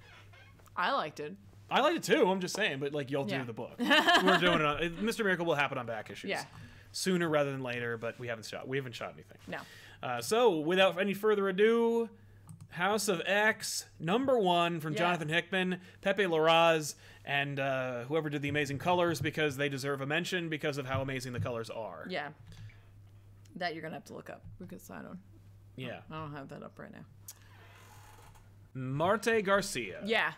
I liked it.
I like it too. I'm just saying, but like you'll
Yeah.
do the
*laughs*
book. We're doing it on Mr. Miracle will happen on back issues.
Yeah.
Sooner rather than later, but we haven't shot we haven't shot anything.
No,
Uh, so, without any further ado, House of X, number one from
Yeah.
Jonathan Hickman, Pepe Larraz, and uh, whoever did the amazing colors because they deserve a mention because of how amazing the colors are.
yeah, that you're gonna have to look up because I don't
Yeah.
I don't have that up right now.
Marte Garcia.
Yeah,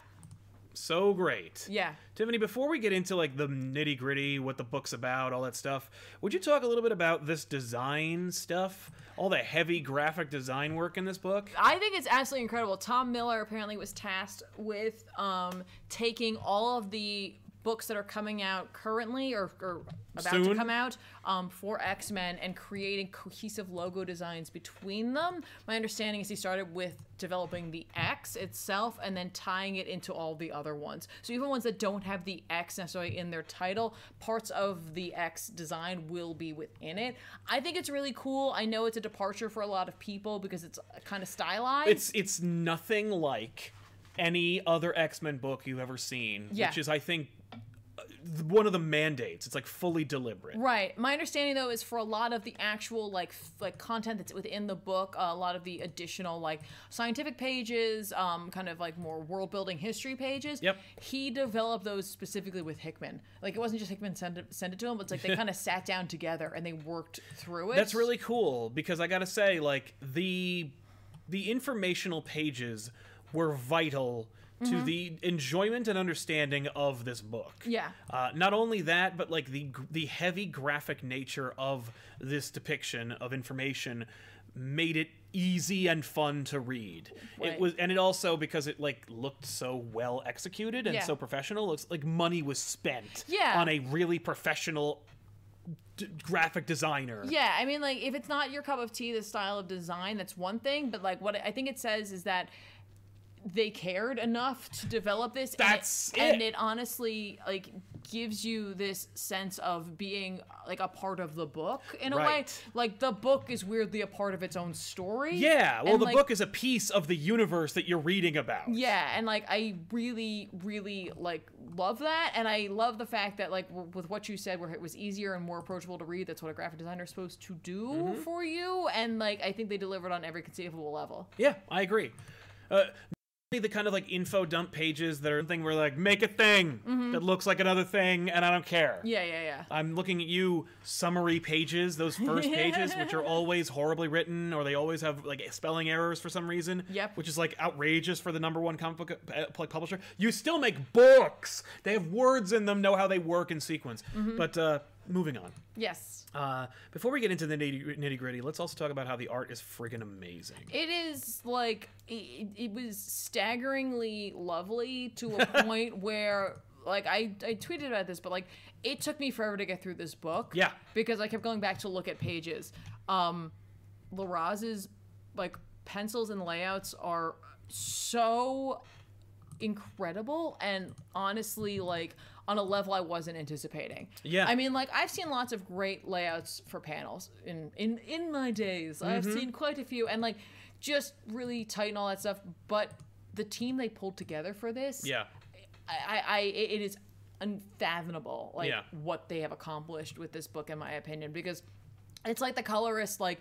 So great.
yeah.
Tiffany, before we get into like the nitty gritty, what the book's about, all that stuff, would you talk a little bit about this design stuff, all the heavy graphic design work in this book?
I think it's absolutely incredible. Tom Miller apparently was tasked with um, taking all of the books that are coming out currently or, or about to
Soon.
come out um, for X Men and creating cohesive logo designs between them. My understanding is he started with developing the X itself and then tying it into all the other ones. So even ones that don't have the X necessarily in their title, parts of the X design will be within it. I think it's really cool. I know it's a departure for a lot of people because it's kind of stylized.
it's it's nothing like any other X-Men book you've ever seen,
Yeah.
which is I think uh, th- one of the mandates. It's like fully deliberate.
Right. My understanding though is for a lot of the actual like f- like content that's within the book, uh, a lot of the additional like scientific pages, um, kind of like more world building history pages.
Yep.
He developed those specifically with Hickman. Like it wasn't just Hickman sent it, sent it to him, but
*laughs*
it's like they kind of sat down together and they worked through it.
That's really cool because I got to say like the the informational pages were vital
Mm-hmm.
to the enjoyment and understanding of this book.
Yeah.
Uh, not only that, but like the gr- the heavy graphic nature of this depiction of information made it easy and fun to read.
Right.
It was, and it also because it like looked so well executed and
Yeah.
so professional. Looks like money was spent
Yeah.
on a really professional d- graphic designer.
Yeah, I mean, like if it's not your cup of tea, the style of design, that's one thing. But like what I think it says is that they cared enough to develop this.
That's
and it, and
it.
it honestly like gives you this sense of being like a part of the book in a way.
Right.
Like the book is weirdly a part of its own story.
Yeah, well,
And,
the
like,
book is a piece of the universe that you're reading about.
yeah, and like I really, really like love that, and I love the fact that like w- with what you said, where it was easier and more approachable to read. That's what a graphic designer is supposed to do for you, and like I think they delivered on every conceivable level.
Yeah, I agree. Uh, be the kind of like info dump pages that are thing where like make a thing that looks like another thing and I don't care.
Mm-hmm. Yeah, yeah, yeah.
I'm looking at you summary pages, those
*laughs*
first pages which are always horribly written or they always have like spelling errors for some reason.
Yep.
Which is like outrageous for the number one comic book uh, pu- publisher. You still make books. They have words in them, know how they work in sequence.
Mm-hmm.
But uh moving on.
Yes.
Uh before we get into the nitty, nitty gritty, let's also talk about how the art is friggin' amazing.
It is like it, it- it was staggeringly lovely to
*laughs*
a point where like I, I tweeted about this, but like it took me forever to get through this book.
Yeah.
Because I kept going back to look at pages. Um Laraz's like pencils and layouts are so incredible and honestly like on a level I wasn't anticipating.
Yeah.
I mean like I've seen lots of great layouts for panels in in in my days. I've
Mm-hmm.
seen quite a few and like just really tight and all that stuff, but the team they pulled together for this
Yeah.
I, I, I it is unfathomable like
Yeah.
what they have accomplished with this book in my opinion because it's like the colorist like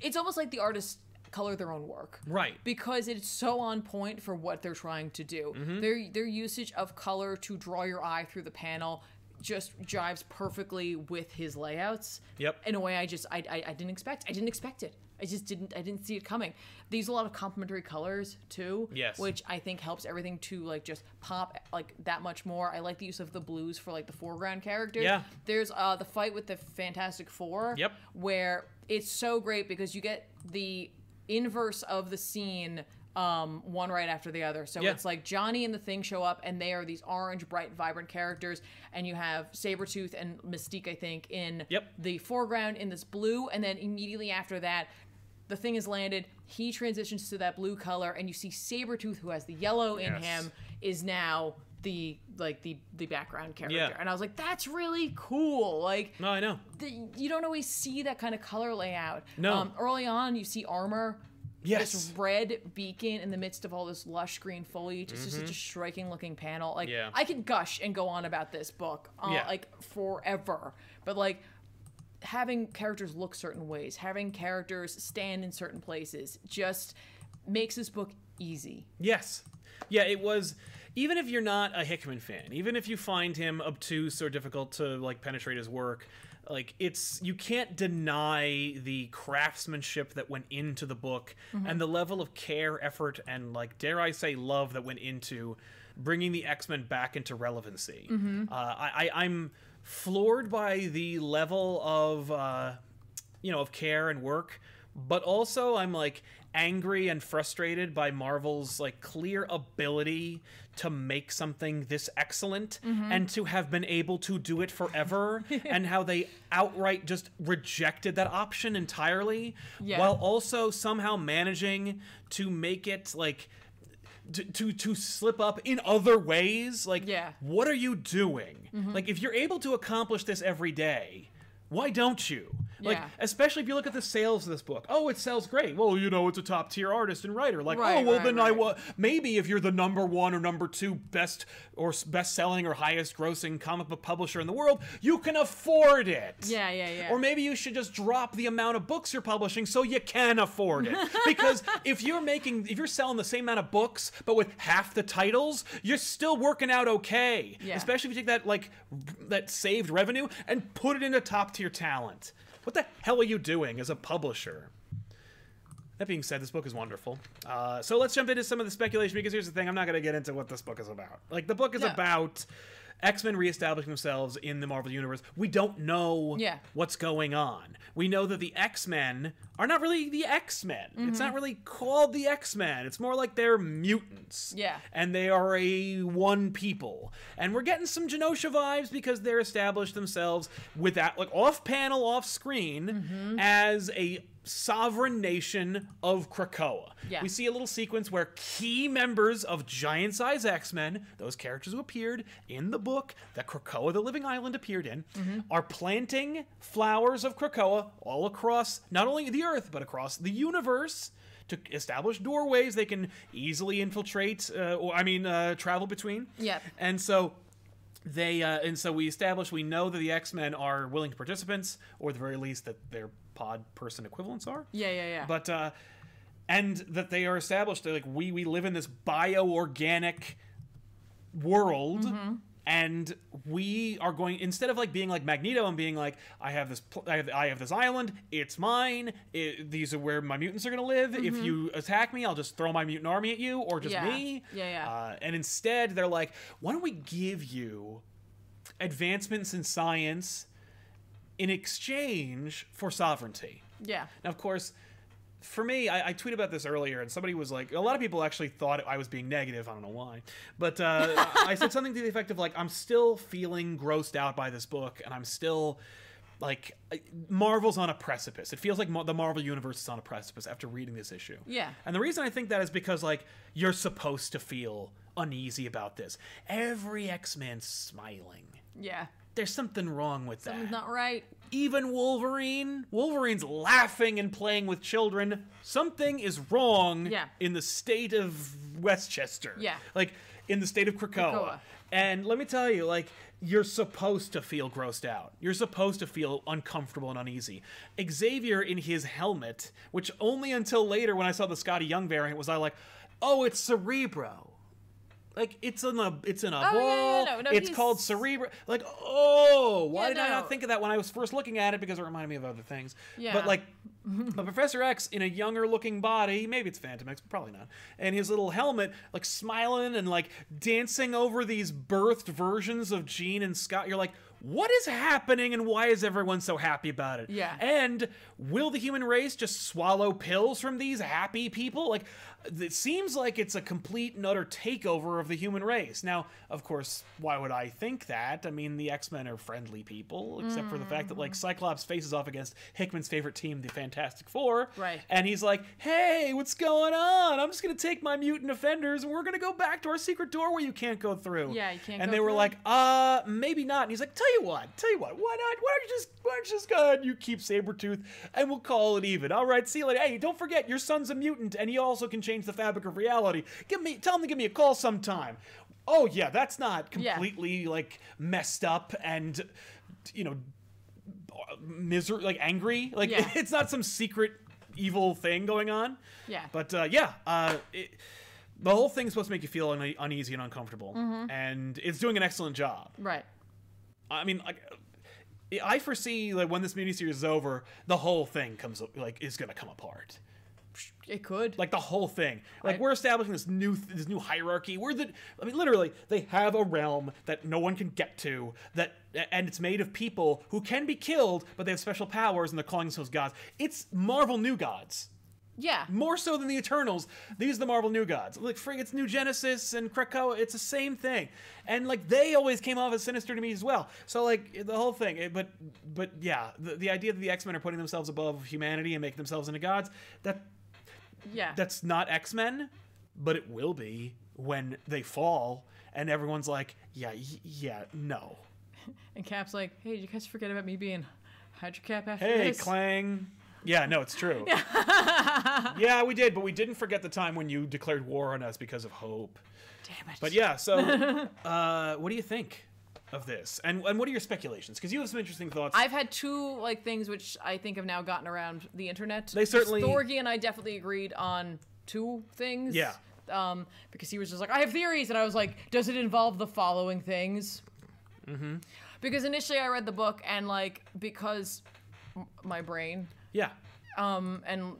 it's almost like the artists color their own work
Right.
because it's so on point for what they're trying to do
Mm-hmm.
their their usage of color to draw your eye through the panel just jives perfectly with his layouts
Yep.
in a way i just i i, I didn't expect i didn't expect it I just didn't. I didn't see it coming. They use a lot of complementary colors too,
Yes.
which I think helps everything to like just pop like that much more. I like the use of the blues for like the foreground characters.
Yeah.
There's uh the fight with the Fantastic Four.
Yep.
Where it's so great because you get the inverse of the scene um one right after the other. So
Yeah.
it's like Johnny and the Thing show up and they are these orange, bright, vibrant characters, and you have Sabretooth and Mystique, I think, in
Yep.
the foreground in this blue, and then immediately after that the thing is landed. He transitions to that blue color, and you see Sabretooth, who has the yellow in
Yes.
him, is now the like the the background character.
Yeah.
And I was like, that's really cool. Like
No, I know.
the, you don't always see that kind of color layout. Um,
No.
early on, you see armor.
Yes.
This red beacon in the midst of all this lush green foliage. It's just such a striking looking panel. Like
Mm-hmm. Yeah.
I could gush and go on about this book uh,
Yeah.
like forever, but like having characters look certain ways, having characters stand in certain places, just makes this book easy.
Yes. Yeah, it was. Even if you're not a Hickman fan, even if you find him obtuse or difficult to like penetrate his work, like it's you can't deny the craftsmanship that went into the book and the level of care, effort, and like dare I say love that went into bringing the X Men back into relevancy. Uh, I, I, I'm floored by the level of. Uh, you know, of care and work, but also I'm like angry and frustrated by Marvel's like clear ability to make something this excellent
Mm-hmm.
and to have been able to do it
*laughs*
forever and how they outright just rejected that option entirely
Yeah.
while also somehow managing to make it like to, to to slip up in other ways like
Yeah. Mm-hmm.
what are you doing like if you're able to accomplish this every day why don't you like
Yeah.
especially if you look at the sales of this book oh it sells great well you know it's a top tier artist and writer like oh
Right,
well
right,
then i
right.
wa- maybe if you're the number one or number two best or best selling or highest grossing comic book publisher in the world you can afford it
Yeah, yeah, yeah.
or maybe you should just drop the amount of books you're publishing so you can afford it. because if you're making, if you're selling the same amount of books but with half the titles, you're still working out okay.
Yeah.
Especially if you take that like that saved revenue and put it into top tier talent. What the hell are you doing as a publisher? That being said, this book is wonderful. Uh, so let's jump into some of the speculation because here's the thing: I'm not going to get into what this book is about. Like the book is
No.
about X Men reestablishing themselves in the Marvel universe. We don't know
Yeah.
what's going on. We know that the X Men are not really the X Men. It's
Mm-hmm.
not really called the X Men. It's more like they're mutants.
Yeah.
And they are a one people. And we're getting some Genosha vibes because they're established themselves with that, like off panel, off screen,
Mm-hmm.
as a sovereign nation of Krakoa.
Yeah.
We see a little sequence where key members of Giant Size X Men, those characters who appeared in the book that Krakoa, the Living Island, appeared in, are planting flowers of Krakoa all across not only the Earth, but across the universe to establish doorways they can easily infiltrate, uh, or I mean, uh, travel between.
Yep.
And so they uh, and so we establish we know that the x-men are willing participants or at the very least that their pod person equivalents are
Yeah, yeah, yeah.
but uh and that they are established. They're like we we live in this bioorganic world.
Mm-hmm.
And we are going instead of like being like Magneto and being like I have this pl- I, have, I have this island it's mine it, these are where my mutants are gonna live if you attack me I'll just throw my mutant army at you or just
Mm-hmm. Yeah.
me
Yeah, yeah.
Uh, and instead they're like why don't we give you advancements in science in exchange for sovereignty.
Yeah.
Now, of course, for me, I, I tweeted about this earlier, and somebody was like, a lot of people actually thought I was being negative. I don't know why. But uh, I I said something to the effect of, like, I'm still feeling grossed out by this book, and I'm still. Like I- Marvel's on a precipice. It feels like Mar- the Marvel universe is on a precipice after reading this issue.
Yeah.
And the reason I think that is because like you're supposed to feel uneasy about this. Every X-Man smiling.
Yeah.
There's something wrong with that
Something's not right.
even Wolverine. Wolverine's laughing and playing with children. Something is wrong
Yeah.
in the state of Westchester.
Yeah.
Like in the state of Krakoa.
Krakoa.
And let me tell you, like, you're supposed to feel grossed out. You're supposed to feel uncomfortable and uneasy. Xavier in his helmet, which only until later when I saw the Scotty Young variant was I like, oh, it's Cerebro. Like it's in a it's in a
Oh, yeah, yeah,
ball.
no, no,
it's
he's-
called Cerebro. Like oh, why
Yeah,
did I
no.
not think of that when I was first looking at it because it reminded me of other things.
Yeah.
But
*laughs*
like, but Professor X in a younger looking body, maybe it's Phantom X, but probably not. And his little helmet, like smiling and like dancing over these birthed versions of Jean and Scott. You're like, what is happening and why is everyone so happy about it?
Yeah.
And will the human race just swallow pills from these happy people? Like, it seems like it's a complete and utter takeover of the human race. Now, of course, why would I think that? I mean, the X Men are friendly people, except for the fact that, like, Cyclops faces off against Hickman's favorite team, the Fantastic Four.
Right.
And he's like, hey, what's going on? I'm just going to take my mutant offenders and we're going to go back to our secret door where you can't go through.
Yeah, you can't
And
go
they were
through.
like, uh, maybe not. And he's like, tell you what, tell you what, why not? Why don't you just, why don't you just go ahead and you keep Sabretooth and we'll call it even. All right, see you later. Hey, don't forget, your son's a mutant and he also can change the fabric of reality. Give me, tell him to give me a call sometime. Oh, yeah, that's not
Yeah.
completely like messed up and, you know, misery, like angry. Like,
Yeah.
*laughs* it's not some secret evil thing going on.
Yeah.
But uh, yeah, uh, it, the whole thing's supposed to make you feel une- uneasy and uncomfortable,
Mm-hmm.
and it's doing an excellent job.
Right.
I mean, like, I foresee like when this miniseries is over, the whole thing comes like is gonna come apart.
It could.
Like the whole thing. Like
Right.
we're establishing this new this new hierarchy. We're the I mean, literally, they have a realm that no one can get to. That and it's made of people who can be killed, but they have special powers, and they're calling themselves gods. It's Marvel New Gods
yeah.
more so than the Eternals. These are the Marvel New Gods. Like, frig, it's New Genesis and Krakoa. It's the same thing, and like they always came off as sinister to me as well. So like the whole thing. it- but but yeah, the, the idea that the X Men are putting themselves above humanity and making themselves into gods that
yeah.
that's not X Men, but it will be when they fall and everyone's like, yeah, y- yeah, no.
and Cap's like, hey, did you guys forget about me being Hydra Cap after
Hey,
this?
Clang. Yeah, no, it's true. yeah, we did, but we didn't forget the time when you declared war on us because of hope.
Damn it.
But yeah,
*laughs*
so uh, what do you think of this? And, and what are your speculations? Because you have some interesting thoughts.
I've had two like things which I think have now gotten around the internet.
They certainly-
Storgy and I definitely agreed on two things.
Yeah.
Um, because he was just like, I have theories, and I was like, does it involve the following things? Mm-hmm. Because initially I read the book and like because m- my brain
yeah.
um and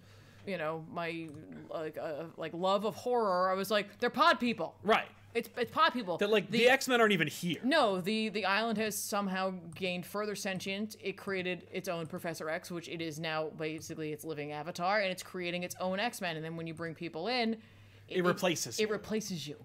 you know my like uh, like love of horror, I was like, they're pod people.
Right.
It's it's pod people.
That like the, X Men aren't even here.
No, the the island has somehow gained further sentience. It created its own Professor X, which it is now basically its living avatar, and it's creating its own X Men. And then when you bring people in,
It replaces you.
It, replaces you.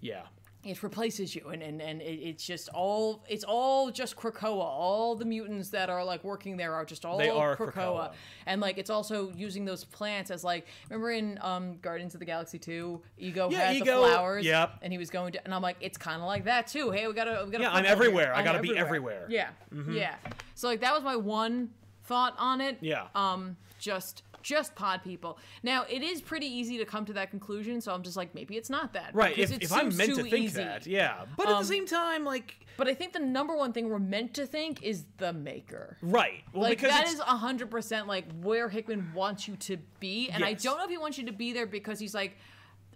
Yeah.
It replaces you, and and and it, it's just all it's all just Krakoa. All the mutants that are like working there are just all
They are
Krakoa.
Krakoa.
and like it's also using those plants as like remember in um Guardians of the Galaxy two, Ego
Yeah,
had
Ego,
the flowers,
yep.
and he was going to, and I'm like it's kind of like that too. Hey, we gotta we gotta
Yeah,
put
I'm
that here.
everywhere. I
I'm
gotta be everywhere. Mm-hmm.
yeah. Yeah. So like that was my one thought on it.
Yeah.
Um just just pod people. Now it is pretty easy to come to that conclusion, so I'm just like, maybe it's not that.
Right.
because
If,
it
if I'm
seems
meant to
too
think
easy. Um,
that, yeah. But at the same time, like,
But I think the number one thing we're meant to think is the maker.
right. Well,
like
because
that
it's,
is hundred percent like where Hickman wants you to be, and I
Yes.
don't know if he wants you to be there because he's like,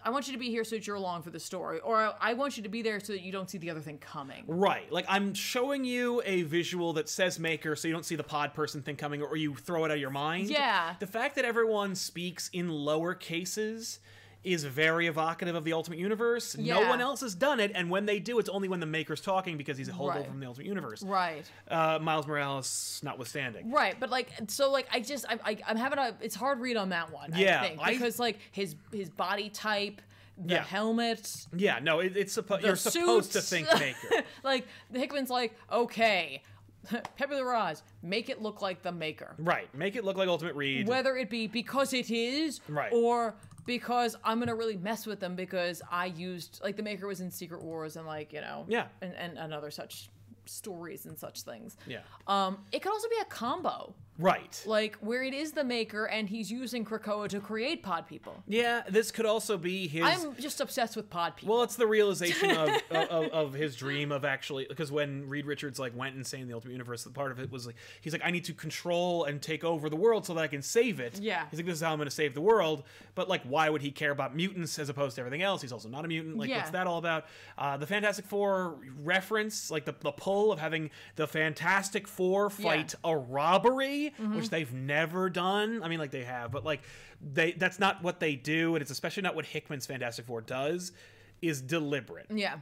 I want you to be here so that you're along for the story, or I- I want you to be there so that you don't see the other thing coming.
Right. Like I'm showing you a visual that says maker so you don't see the pod person thing coming or you throw it out of your mind.
Yeah.
The fact that everyone speaks in lower cases is very evocative of the Ultimate Universe. No
Yeah.
one else has done it, and when they do, it's only when the maker's talking because he's a holdover
Right.
from the Ultimate Universe.
Right.
Uh, Miles Morales notwithstanding.
Right, but like, so like, I just, I, I, I'm having a, it's hard read on that one.
Yeah,
I think,
I-
because like his his body type, the
Yeah.
helmet,
Yeah, no, it, it's suppo- you're supposed to
suits. *laughs*
think maker.
like Hickman's like, okay, *laughs* Pepe the Roz, make it look like the maker,
right. Make it look like Ultimate Reed.
whether it be because it is,
Right.
or because I'm gonna really mess with them because I used like the maker was in Secret Wars and like you know,
Yeah.
and and, and other such stories and such things.
yeah.
Um, it could also be a combo
Right.
like where it is the maker and he's using Krakoa to create pod people.
yeah, this could also be his
I'm just obsessed with pod *laughs* people.
Well, it's the realization of, of, of his dream of actually because when Reed Richards like went insane in the Ultimate Universe, part of it was like he's like I need to control and take over the world so that I can save it.
Yeah.
he's like this is how I'm going to save the world. But like, why would he care about mutants as opposed to everything else? He's also not a mutant. Like, what's
Yeah.
that all about? Uh, the Fantastic Four reference, like the the pull of having the Fantastic Four fight a robbery, which they've never done. I mean, like they have, but like they that's not what they do, and it's especially not what Hickman's Fantastic Four does. Is deliberate.
yeah.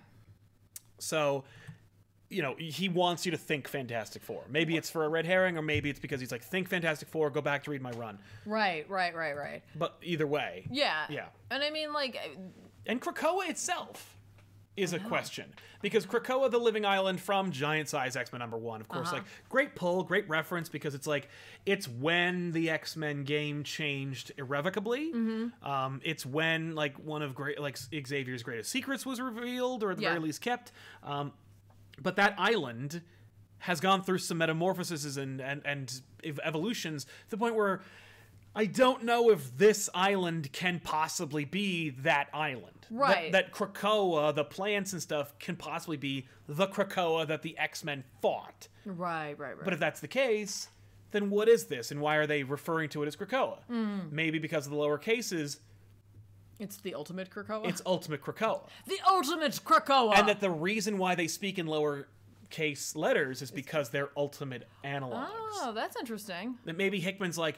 So, you know, he wants you to think Fantastic Four. Maybe it's for a red herring, or maybe it's because he's like, think Fantastic Four, go back to read my run.
Right, right, right, right.
But either way.
Yeah.
Yeah.
And I mean like eh,
And Krakoa itself is a question. Because Krakoa, the living island from Giant Size X Men number one, of course, like, great pull, great reference, because it's like, it's when the X Men game changed irrevocably. Um, it's when, like, one of great, like, Xavier's greatest secrets was revealed, or at the
Yeah.
very least kept. Um, but that island has gone through some metamorphoses and and, and ev- evolutions to the point where I don't know if this island can possibly be that island. That-
Right.
That, Krakoa, the plants and stuff, can possibly be the Krakoa that the X Men fought.
right, right, right.
But if that's the case, then what is this, and why are they referring to it as Krakoa?
Hmm.
Maybe because of the lower cases,
it's the ultimate Krakoa.
it's Ultimate Krakoa.
the ultimate Krakoa.
and that the reason why they speak in lower case letters is because they're ultimate analogs.
Oh, that's interesting.
That maybe Hickman's like,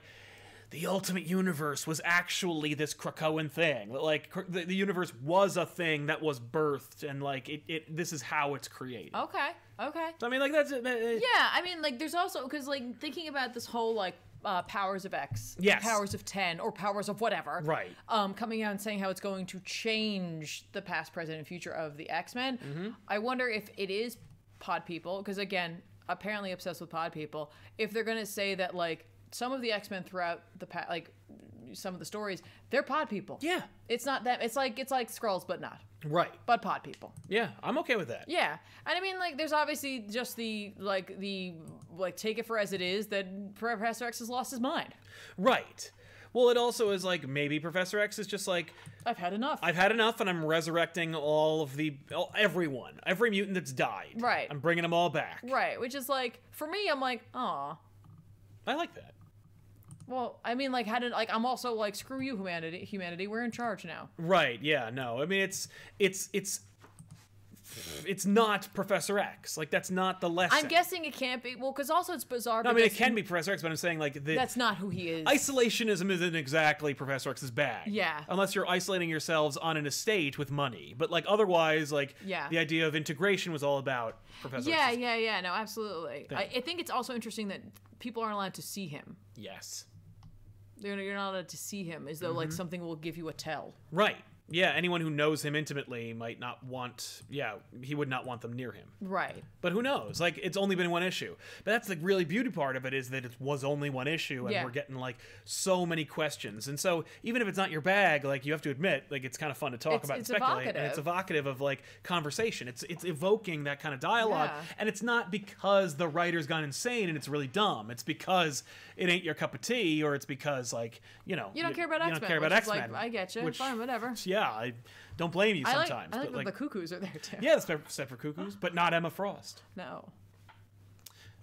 the ultimate universe was actually this Krakoan thing. That, Like Kra- the, the universe was a thing that was birthed, and like it, it this is how it's created.
Okay. Okay.
So I mean, like that's it.
Yeah, I mean like there's also cuz like thinking about this whole like uh, powers of X,
Yes.
powers of 10 or powers of whatever.
Right.
um, coming out and saying how it's going to change the past, present, and future of the X Men.
Mm-hmm.
I wonder if it is pod people, because again, apparently obsessed with pod people, if they're going to say that, like, some of the X Men throughout the past, like, some of the stories, they're pod people.
Yeah.
It's not that, it's like, it's like Skrulls, but not,
Right.
but pod people.
Yeah, I'm okay with that.
Yeah, and I mean, like, there's obviously just the like the like take it for as it is that Professor X has lost his mind.
Right. Well, it also is like maybe Professor X is just like
I've had enough.
I've had enough, and I'm resurrecting all of the all, everyone, every mutant that's died.
Right.
I'm bringing them all back.
*laughs* right, which is like for me, I'm like, aw.
I like that.
Well, I mean, like, how did like I'm also like, screw you, humanity. Humanity, we're in charge now.
Right. Yeah. No. I mean, it's it's it's it's not Professor X. Like that's not the lesson.
I'm guessing it can't be. Well, because also it's bizarre.
No, I mean, it
because
can be Professor X, but I'm saying like the
That's not who he is.
isolationism isn't exactly Professor X's bag.
Yeah.
Unless you're isolating yourselves on an estate with money, but like otherwise, like
Yeah.
the idea of integration was all about Professor.
yeah,
X's.
yeah, yeah. No, absolutely. I,
Thing.
I think it's also interesting that people aren't allowed to see him.
Yes. Mm-hmm.
You're, you're not allowed to see him as though like something will give you a tell.
Right. yeah, anyone who knows him intimately might not want. Yeah, he would not want them near him.
Right.
But who knows? Like it's only been one issue. But that's the really beauty part of it is that it was only one issue, and
Yeah.
we're getting like so many questions. And so even if it's not your bag, like you have to admit, like it's kind of fun to talk
It's-
about
it's
and speculate, and it's evocative
evocative.
of like conversation. It's it's evoking that kind of dialogue,
Yeah.
and it's not because the writer's gone insane and it's really dumb. It's because it ain't your cup of tea, or it's because like you know
You don't care about
you
X Men.
Don't care about X Men.
Like, I get you.
Which,
Fine,
*laughs*
whatever.
yeah, I don't blame you
I
sometimes.
like, I like
but like
that the cuckoos are there too.
yeah, except except for cuckoos, but not Emma Frost.
No.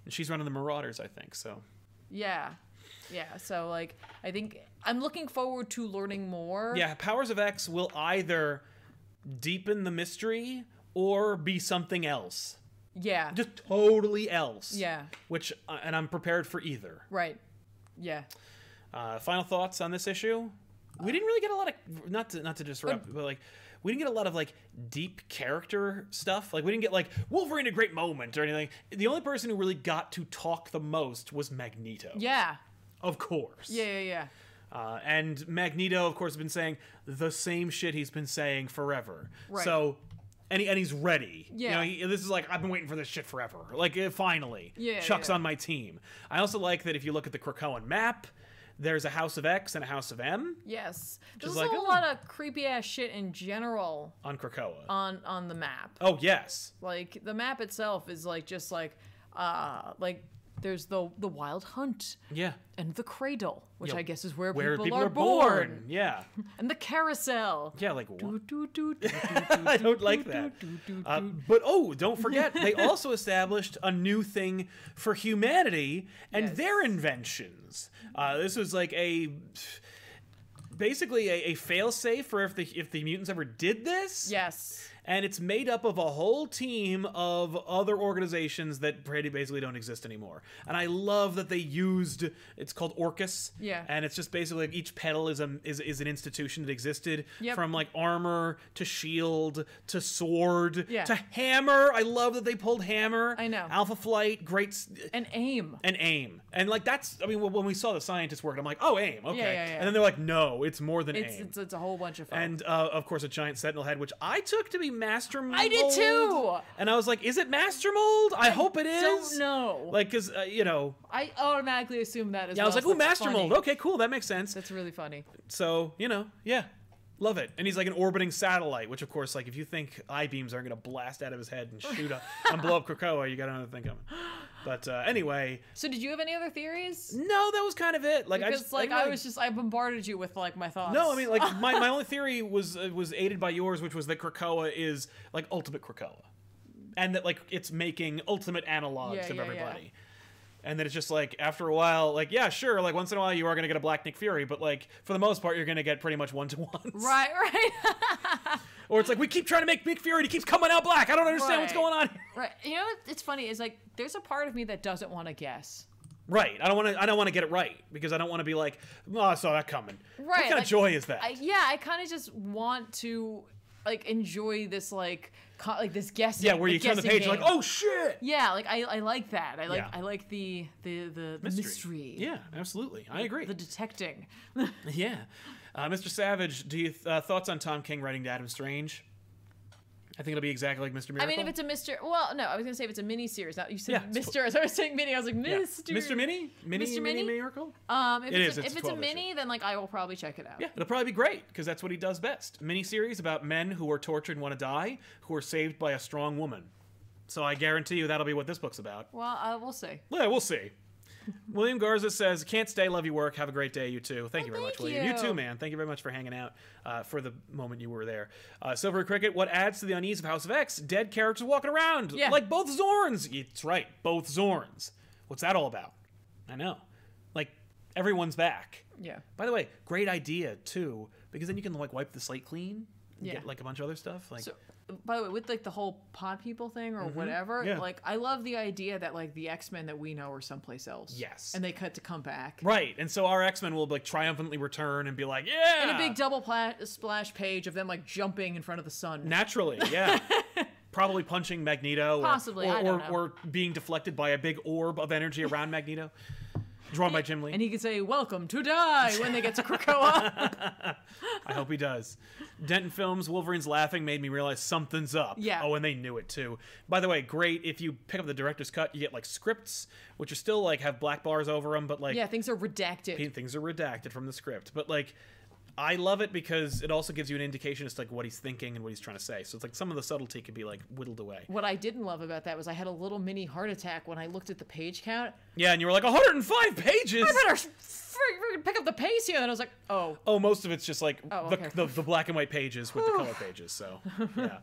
And she's running the Marauders, I think. So
Yeah. Yeah. So like I think I'm looking forward to learning more.
yeah, Powers of X will either deepen the mystery or be something else,
Yeah.
just totally else.
Yeah.
Which uh, and I'm prepared for either.
Right. Yeah.
Uh, final thoughts on this issue? We didn't really get a lot of not to not to disrupt,
Um,
but, like we didn't get a lot of like deep character stuff. Like we didn't get like Wolverine a great moment or anything. The only person who really got to talk the most was Magneto.
Yeah.
Of course.
Yeah. Yeah. Yeah.
Uh, and Magneto, of course, has been saying the same shit he's been saying forever.
Right.
So, and, he, and he's ready.
Yeah.
You know, he, this is like, I've been waiting for this shit forever. Like, eh, finally.
Yeah,
Chuck's
yeah.
on my team. I also like that if you look at the Krakoan map, there's a House of X and a House of M
Yes.
Just
There's
like,
a whole
oh.
lot of creepy ass shit in general
on Krakoa.
on on the map.
oh, yes.
Like the map itself is like just like uh like there's the the wild hunt
Yeah.
and the cradle, which
Yeah,
I guess is where, people, are, born.
Yeah.
and the carousel.
Yeah,
*laughs*
like, what?
Do, do, do, do, do,
*laughs* I
do,
don't like
do,
that.
do, do,
Uh,
do.
but oh, don't forget,
*laughs*
they also established a new thing for humanity and
Yes.
their inventions. Uh, this was like a basically a, a failsafe for if the if the mutants ever did this.
Yes.
And it's made up of a whole team of other organizations that pretty basically don't exist anymore. And I love that they used it's called Orcus.
Yeah.
And it's just basically like each petal is a is, is an institution that existed
Yep.
from like armor to shield to sword
Yeah.
to hammer. I love that they pulled hammer.
I know.
Alpha Flight, great s-
And aim.
and aim. And like that's I mean wh- when we saw the scientists work, I'm like, "Oh, aim." Okay.
yeah, yeah.
And then they're like, "No, it's more than
It's,
aim."
it's it's a whole bunch of fun.
and uh, of course a giant sentinel head, which I took to be master mold.
I did too!
And I was like, "Is it master mold? I, hope it is."
don't know.
Like, cause uh, you know,
I automatically assume that as
yeah, I was
well.
like,
so
"Ooh,
that's
master
funny.
mold. Okay, cool. That makes sense."
That's really funny.
So you know, yeah, love it. And he's like an orbiting satellite, which of course, like if you think I beams aren't gonna blast out of his head and shoot *laughs* up and blow up Krakoa, you got another thing coming. But uh, anyway,
So did you have any other theories?
no, that was kind of it. Like I
Because
just
like
didn't
I
really-
was just I bombarded you with like my thoughts.
No, I mean like
*laughs*
my, my only theory was uh, was aided by yours, which was that Krakoa is like ultimate Krakoa, and that like it's making ultimate analogs
Yeah,
of
yeah, yeah.
everybody, and that it's just like after a while, like yeah, sure, like once in a while you are gonna get a Black Nick Fury, but like for the most part you're gonna get pretty much one to one.
right, *laughs* right,
Or it's like we keep trying to make Nick Fury, and he keeps coming out black. I don't understand what's
Right.
going on. Here.
right. You know what- it's funny is like there's a part of me that doesn't want to guess.
Right. I don't want to. I don't want to get it right because I don't want to be like, oh, I saw that coming. What
Right,
kind
like,
of joy is that?
I, yeah, I kind of just want to like enjoy this like co- like this guessing.
yeah, where
the
you turn the
guessing
page, you're like,
game.
oh shit.
Yeah, like I, I like that. I like
Yeah.
I like the the the the mystery.
Mystery. Yeah, absolutely. I agree.
The detecting.
Yeah, uh, Mr. Savage, do you uh, thoughts on Tom King writing to Adam Strange? I think it'll be exactly like Mr. Miracle.
I mean, if it's a Mister, well, no, I was gonna say if it's a mini series. Not you said
Yeah, it's
Mister, as I was saying mini, I was like
Yeah.
Mister.
Mr. Mini, Mini,
Mr.
Mini
Mini?
Miracle.
Um, if
It is,
it's a,
it's a
if it's a
12 issue.
mini, then like I will probably check it out.
Yeah, it'll probably be great because that's what he does best. Mini series about men who are tortured and want to die, who are saved by a strong woman. So I guarantee you that'll be what this book's about.
Well, uh, we'll see.
Yeah, we'll see. William Garza says, "Can't stay. Love your work. Have a great day, you too. Thank you very
Oh, thank
much, William. You.
you.
too, man. Thank you very much for hanging out uh, for the moment you were there." Uh, Silver Cricket, what adds to the unease of House of X? Dead characters walking around,
Yeah.
like both Zorns. It's right, both Zorns. What's that all about? I know. Like everyone's back.
Yeah.
By the way, great idea too, because then you can like wipe the slate clean. and
Yeah.
Get like a bunch of other stuff. Like
So, by the way, with like the whole pod people thing or whatever,
Mm-hmm. Yeah.
like I love the idea that like the X Men that we know are someplace else.
Yes.
And they cut to come back.
right, and so our X Men will like triumphantly return and be like, yeah,
And a big double pla- splash page of them like jumping in front of the sun.
Naturally, yeah.
*laughs*
Probably punching Magneto, or,
Possibly,
or,
I don't
or,
know.
or being deflected by a big orb of energy around Magneto. Drawn by Jim Lee.
And he could say, Welcome to die when they
*laughs*
get to Krakoa.
I hope he does. Denton Films, Wolverine's Laughing made me realize something's up.
Yeah.
Oh, and they knew it too. By the way, great. If you pick up the director's cut, you get like scripts, which are still like have black bars over them, but like
yeah, things are redacted.
th- things are redacted from the script. But like, I love it because it also gives you an indication as to like what he's thinking and what he's trying to say. So it's like some of the subtlety could be like whittled away.
what I didn't love about that was I had a little mini heart attack when I looked at the page count.
Yeah, and you were like 105 pages.
I better freaking pick up the pace here. And I was like, oh,
Oh, most of it's just like
Oh,
the,
okay.
the, the black and white pages with the
*laughs*
color pages. So, yeah.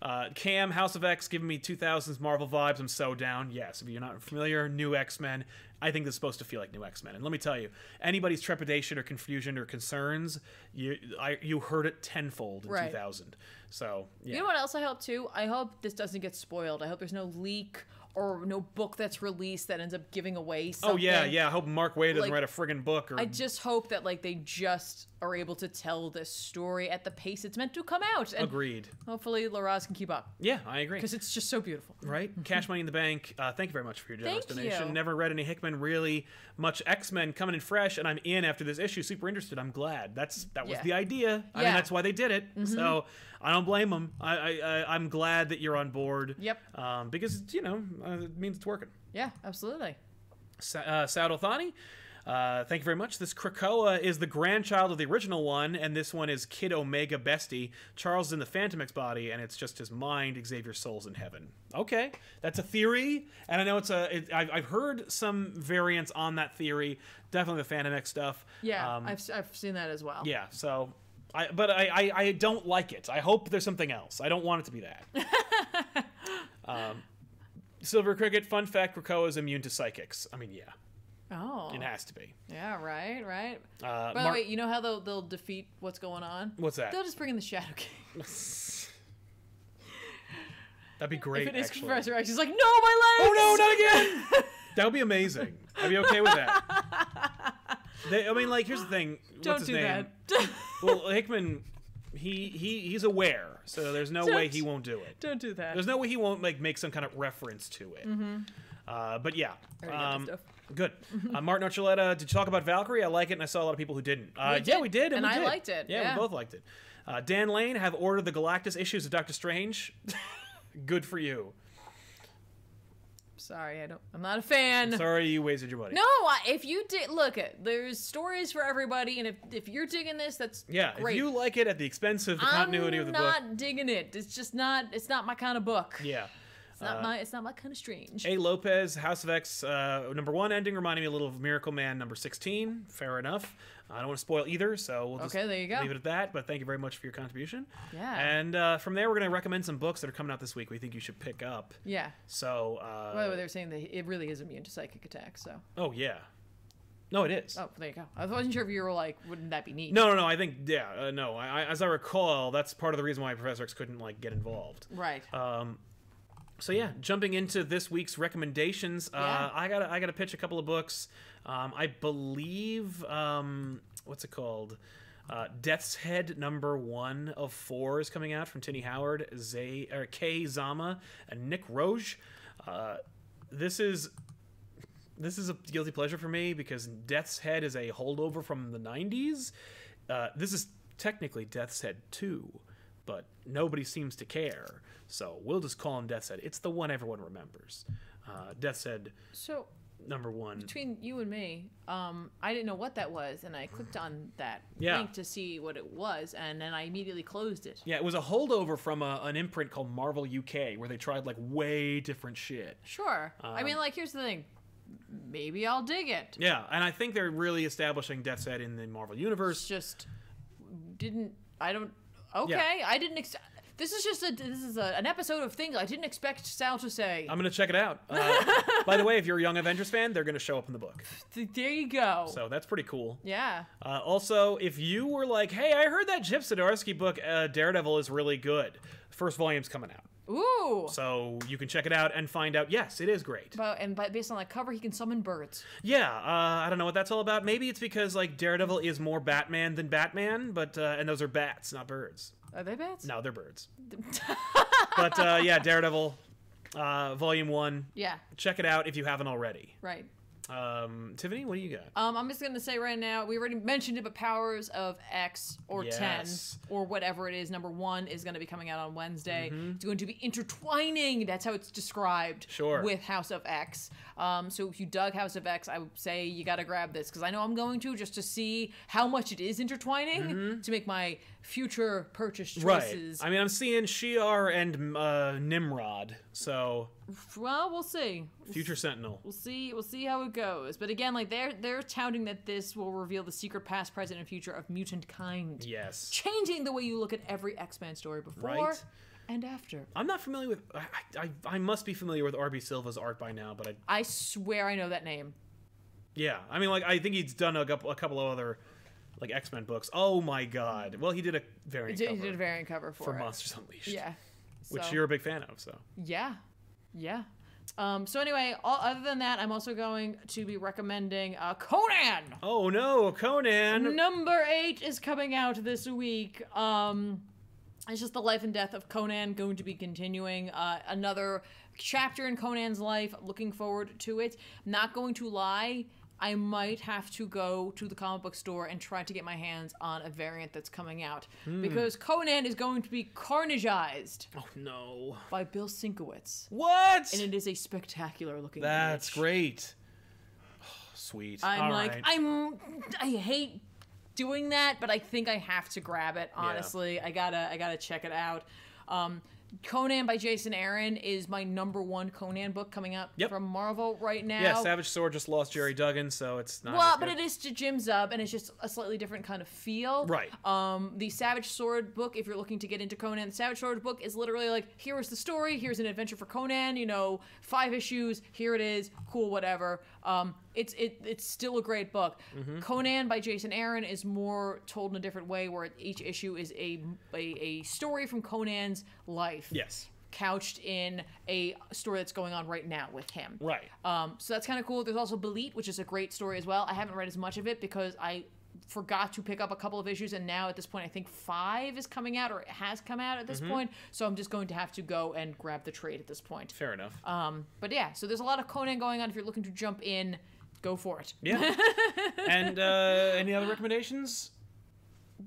Uh, Cam, House of X, giving me 2000s Marvel vibes. I'm so down. Yes, if you're not familiar, new X Men. I think this is supposed to feel like new X Men. And let me tell you, anybody's trepidation or confusion or concerns, you I, you heard it tenfold in
Right.
2000. So, yeah.
You know what else I hope too? I hope this doesn't get spoiled. I hope there's no leak or no book that's released that ends up giving away something.
oh, yeah, yeah. I hope Mark Wade doesn't
Like,
write a friggin' book or
I just hope that like they just are able to tell this story at the pace it's meant to come out. And
agreed.
hopefully Laraz can keep up.
Yeah, I agree.
Because it's just so beautiful.
right? Cash Money in the Bank. Uh, thank you very much for your generous
Mm-hmm. Thank
donation.
you.
Never read any Hickman really much X Men coming in fresh, and I'm in after this issue. Super interested. I'm glad. That's that was
Yeah.
the idea. I mean,
Yeah. Mm-hmm.
that's why they did it. So I don't blame them. I, I, I I'm glad that you're on board.
Yep.
Um, because you know uh, it means it's working.
Yeah, absolutely.
Sa- uh, Saddle Thani. Uh, thank you very much. This Krakoa is the grandchild of the original one, and this one is Kid Omega Bestie. Charles is in the Phantomic's body, and it's just his mind. Xavier's soul's in heaven. Okay, that's a theory, and I know it's a. It, I've, I've heard some variants on that theory. Definitely the Phantomic stuff.
Yeah,
Um,
I've, s- I've seen that as well.
yeah. So, I but I, I I don't like it. I hope there's something else. I don't want it to be that. um,
*laughs*
Silver Cricket. Fun fact: Krakoa is immune to psychics. I mean, yeah,
Oh.
it has to be.
Yeah, right, right.
Uh,
By the
Mar-
way, you know how they'll, they'll defeat what's going on?
What's that?
They'll just bring in the Shadow King. *laughs*
That'd be
if
great.
it is
actually.
Professor X, she's like, no, my legs!
Oh no, not again! that would be amazing. I'd be okay with that.
*laughs*
They, I mean, like, here's the thing.
*laughs* Don't
What's his
do
name?
that.
Well, Hickman, he he he's aware, so there's no way
Don't-
he won't do it.
*laughs* Don't do that.
There's no way he won't like make some kind of reference to it.
Mm-hmm.
Uh, but yeah.
already got
um,
this *laughs*
Good. Uh, Martin Archuleta, did you talk about Valkyrie? I like it, and I saw a lot of people who didn't. Uh,
We
Yeah,
did,
we did, and, we
and I
did.
liked it,
Yeah,
yeah.
we both liked it. Uh, Dan Lane have ordered the Galactus issues of Doctor Strange. *laughs* good for you.
Sorry, I don't. I'm not a fan.
Sorry you wasted your money.
No, I- if you did, look, it. there's stories for everybody, and if if you're digging this, that's
Yeah,
great.
if you like it at the expense of the continuity of
I'm
the
not
book.
digging it. It's just not. It's not my kind of book.
Yeah. uh,
It's not my. It's not my kind of strange.
A. Lopez, House of X, uh, number one ending reminded me a little of Miracle Man number 16. Fair enough. I don't want to spoil either, so we'll just
Okay, there you go.
leave it at that. But thank you very much for your contribution.
Yeah.
And uh, from there, we're going to recommend some books that are coming out this week we think you should pick up.
yeah.
So, uh,
By the way, they're saying that it really is immune to psychic attacks. So,
oh, yeah. No, it is.
oh, there you go. I wasn't sure if you were like, wouldn't that be neat?
No, no, no. I think, yeah, uh, no. I, I, as I recall, that's part of the reason why Professor X couldn't, like, get involved.
Right.
Uh, Um, So yeah, jumping into this week's recommendations, uh,
Yeah.
I gotta I gotta pitch a couple of books. Um, I believe um, what's it called? Uh, Death's Head number one of four is coming out from Tinny Howard, Zay or Kay Zama, and Nick Roge. Uh, this is this is a guilty pleasure for me because Death's Head is a holdover from the 90s. Uh, this is technically Death's Head 2, but nobody seems to care. So we'll just call him Death's Head. It's the one everyone remembers. Uh, Death's Head
so
number one.
between you and me, um, I didn't know what that was, and I clicked on that
Yeah.
link to see what it was, and then I immediately closed it.
Yeah, it was a holdover from a, an imprint called Marvel UK where they tried like way different shit.
Sure. I
Um,
mean, like, here's the thing. Maybe I'll dig it.
Yeah, and I think they're really establishing Death's Head in the Marvel
It's
universe.
just didn't. I don't. Okay, I didn't. Ex- this is just a. This is a, an episode of things I didn't expect Sal to say.
I'm gonna check it out. Uh, by the way, if you're a Young Avengers fan, they're gonna show up in the book,
Th- there you go.
so that's pretty cool.
yeah.
Uh, also, if you were like, "Hey, I heard that Jip Zdarsky book, uh, Daredevil, is really good," first volume's coming out,
Ooh.
so you can check it out and find out. Yes, it is great.
But, and by, based on that cover, he can summon birds.
Yeah, uh, I don't know what that's all about. Maybe it's because like Daredevil is more Batman than Batman, but uh, and those are bats, not birds.
Are they bats?
No, they're birds. but uh, yeah, Daredevil, uh, volume one.
Yeah.
Check it out if you haven't already.
Right.
Um, Tiffany, what do you got?
Um, I'm just gonna say right now, we already mentioned it, but Powers of X or
Yes.
ten or whatever it is, number one is gonna be coming out on Wednesday.
Mm-hmm.
It's going to be intertwining. That's how it's described.
Sure.
With House of X. Um, so if you dug House of X, I would say you gotta grab this because I know I'm going to just to see how much it is intertwining to make my future purchase choices.
I mean, Mm-hmm. I'm seeing Shi'ar and uh, Nimrod, so
well, we'll see.
Future Sentinel.
We'll see. We'll see how it goes. But again, like they're they're touting that this will reveal the secret past, present, and future of mutant kind.
Yes.
changing the way you look at every X Men story before
Right.
and after.
I'm not familiar with. I, I, I must be familiar with RB Silva's art by now, but I
I swear I know that name.
Yeah, I mean, like I think he's done a, coup- a couple of other like X Men books. Oh my god! Well, he did a
He
variant
did, he
cover
did a variant cover for,
for
it.
Monsters Unleashed,
Yeah.
which
So-
you're a big fan of. So
Yeah. Yeah. Um, so anyway, all, other than that, I'm also going to be recommending uh, Conan.
oh no,
Mm-hmm.
Conan!
Number eight is coming out this week. Um, it's just the life and death of Conan going to be continuing. Uh, another chapter in Conan's life. Looking forward to it. Not going to lie, I might have to go to the comic book store and try to get my hands on a variant that's coming out
Hmm.
because Conan is going to be carnageized
Oh no!
by Bill Sinkowitz,
What?
and it is a spectacular looking.
That's
image.
great. Oh, sweet.
I'm
All
like,
right.
I'm, I hate doing that, but I think I have to grab it. Honestly, I gotta, I gotta check it out. Um, Conan by Jason Aaron is my number one Conan book coming out
Yep.
from Marvel right now.
yeah, Savage Sword just lost Jerry Duggan, so it's not.
Well,
as
but
good.
it is to Jim Zub, and it's just a slightly different kind of feel.
Right.
Um, the Savage Sword book, if you're looking to get into Conan, the Savage Sword book is literally like, here is the story, here's an adventure for Conan, you know, five issues, here it is, cool, whatever. Um, it's it, it's still a great book.
Mm-hmm.
Conan by Jason Aaron is more told in a different way, where each issue is a a, a story from Conan's life,
Yes.
couched in a story that's going on right now with him.
Right.
Um, so that's kind of cool. There's also Belit, which is a great story as well. I haven't read as much of it because I forgot to pick up a couple of issues, and now at this point, I think five is coming out or has come out at this
Mm-hmm.
point. So I'm just going to have to go and grab the trade at this point.
Fair enough.
Um, but yeah, so there's a lot of Conan going on. If you're looking to jump in, go for it. *laughs*
yeah. and uh, any other recommendations?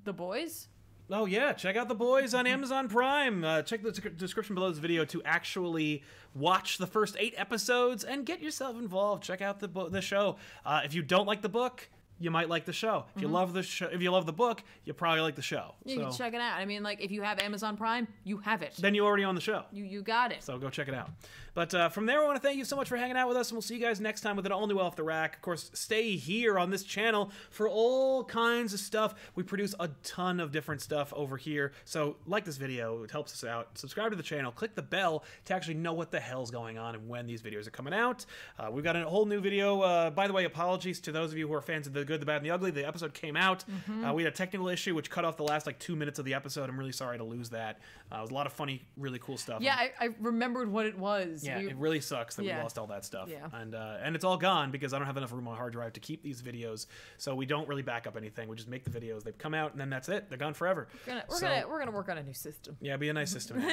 The boys.
Oh yeah, check out the boys on Amazon Prime. Uh, check the descri- description below this video to actually watch the first eight episodes and get yourself involved. Check out the bo- the show. Uh, if you don't like the book, you might like the show. If you love the show, if you love the book, you probably like the show.
Mm-hmm. You
so
can check it out. I mean, like if you have Amazon Prime, you have it.
then you already own the show.
You you got it.
So go check it out. But uh, from there, I want to thank you so much for hanging out with us, and we'll see you guys next time with an all new Off the Rack. Of course, stay here on this channel for all kinds of stuff. We produce a ton of different stuff over here. So like this video, it helps us out. Subscribe to the channel, click the bell to actually know what the hell's going on and when these videos are coming out. Uh, we've got a whole new video. Uh, by the way, apologies to those of you who are fans of The Good, the Bad, and the Ugly. The episode came out.
Mm-hmm.
Uh, we had a technical issue which cut off the last like two minutes of the episode. I'm really sorry to lose that. Uh, it was a lot of funny, really cool stuff.
Yeah, I, I remembered what it was.
Yeah,
We-
it really sucks that we
Yeah.
lost all that stuff.
Yeah.
And uh, and it's all gone because I don't have enough room on my hard drive to keep these videos. So we don't really back up anything. We just make the videos. They've come out and then that's it. They're gone forever.
we're gonna, we're,
So-
gonna, we're gonna work on a new system.
yeah, be a nice
*laughs*
system.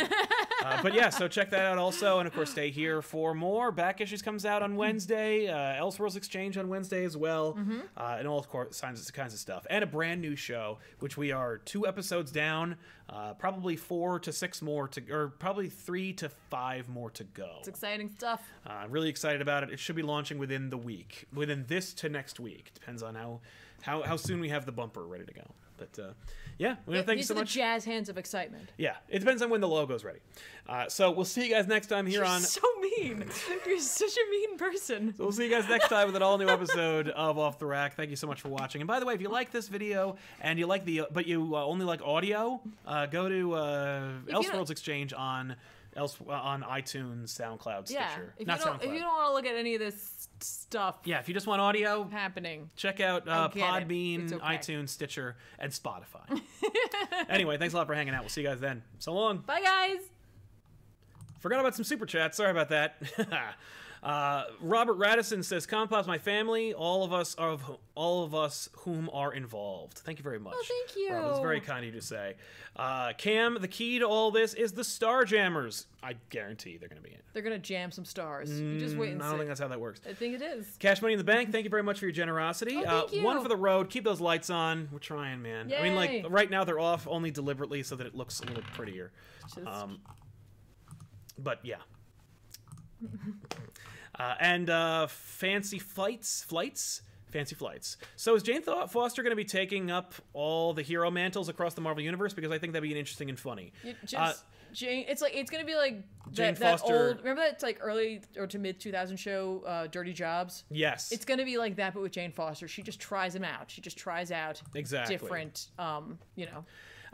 uh, but yeah, so check that out also, and of course stay here for more. Back issues comes out on Wednesday. Uh, Elseworlds Exchange on Wednesday as well,
Mm-hmm.
uh, and all of course kinds of kinds of stuff, and a brand new show which we are two episodes down, uh, probably four to six more to, or probably three to five more to go.
It's exciting stuff.
Uh, I'm really excited about it. It should be launching within the week, within this to next week. Depends on how how, how soon we have the bumper ready to go. But uh, yeah, we want to thank you
These
so
are the
much.
jazz hands of excitement.
yeah, it depends on when the logo's ready. Uh, so we'll see you guys next time here on.
so mean. *laughs* You're such a mean person.
We'll see you guys next time with an all new episode of Off the Rack. Thank you so much for watching. And by the way, if you like this video and you like the but you uh, only like audio, uh, go to uh,
don't-
Elseworlds Exchange on Else uh, on iTunes, SoundCloud, Stitcher,
Yeah. If
not
you don't,
SoundCloud.
if you don't want to look at any of this s- stuff
yeah, if you just want audio,
happening,
Check out uh,
get it.
Podbean,
It's okay.
iTunes, Stitcher, and *laughs* Spotify. anyway, thanks a lot for hanging out. We'll see you guys then. So long.
bye guys.
Forgot about some super chats. Sorry about that. *laughs* uh, Robert Radisson says, "Compos, my family, all of us of wh- all of us whom are involved." Thank you very much.
Oh, thank
Robert, it's very
you.
kind of you to say. Uh, Cam, the key to all this is the Star Jammers. I guarantee they're going to be in. it.
They're gonna jam some stars. you just wait and
Mm, I
see.
don't think that's how that works.
I think it is.
Cash Money in the Bank, thank you very much for your generosity.
Oh,
uh,
thank you.
One for the road. Keep those lights on. We're trying, man. I mean,
Yay.
like, right now they're off only deliberately so that it looks a little prettier.
Just-
Um, but yeah.
*laughs*
uh, and uh, fancy flights, flights, fancy flights. So is Jane Tho- Foster going to be taking up all the hero mantles across the Marvel universe? Because I think that'd be interesting and funny.
You just
Uh,
Jane. It's like it's gonna be like
Jane
that, that
Foster-
old. Remember that like early or to mid 2000 show, uh, Dirty Jobs.
yes,
It's gonna be like that, but with Jane Foster. She just tries him out. She just tries out
Exactly.
different. Um, you know.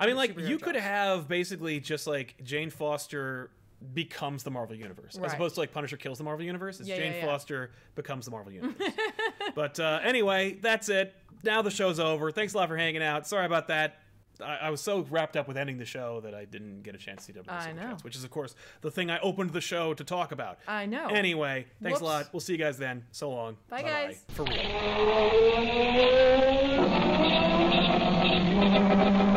I mean, like
superhero
you could
jobs.
have basically just like Jane Foster becomes the Marvel universe, as
Right.
opposed to like Punisher kills the Marvel universe. It's
Yeah,
Jane
yeah, yeah.
Foster becomes the Marvel universe.
*laughs*
but uh, anyway, that's it. Now the show's over. Thanks a lot for hanging out. Sorry about that. I, I was so wrapped up with ending the show that I didn't get a chance to see
I
WWE
know.
Chats, which is of course the thing I opened the show to talk about.
I know.
Anyway, thanks a
Whoops.
lot. We'll see you guys then. So long.
Bye,
Bye-bye.
guys.
For real.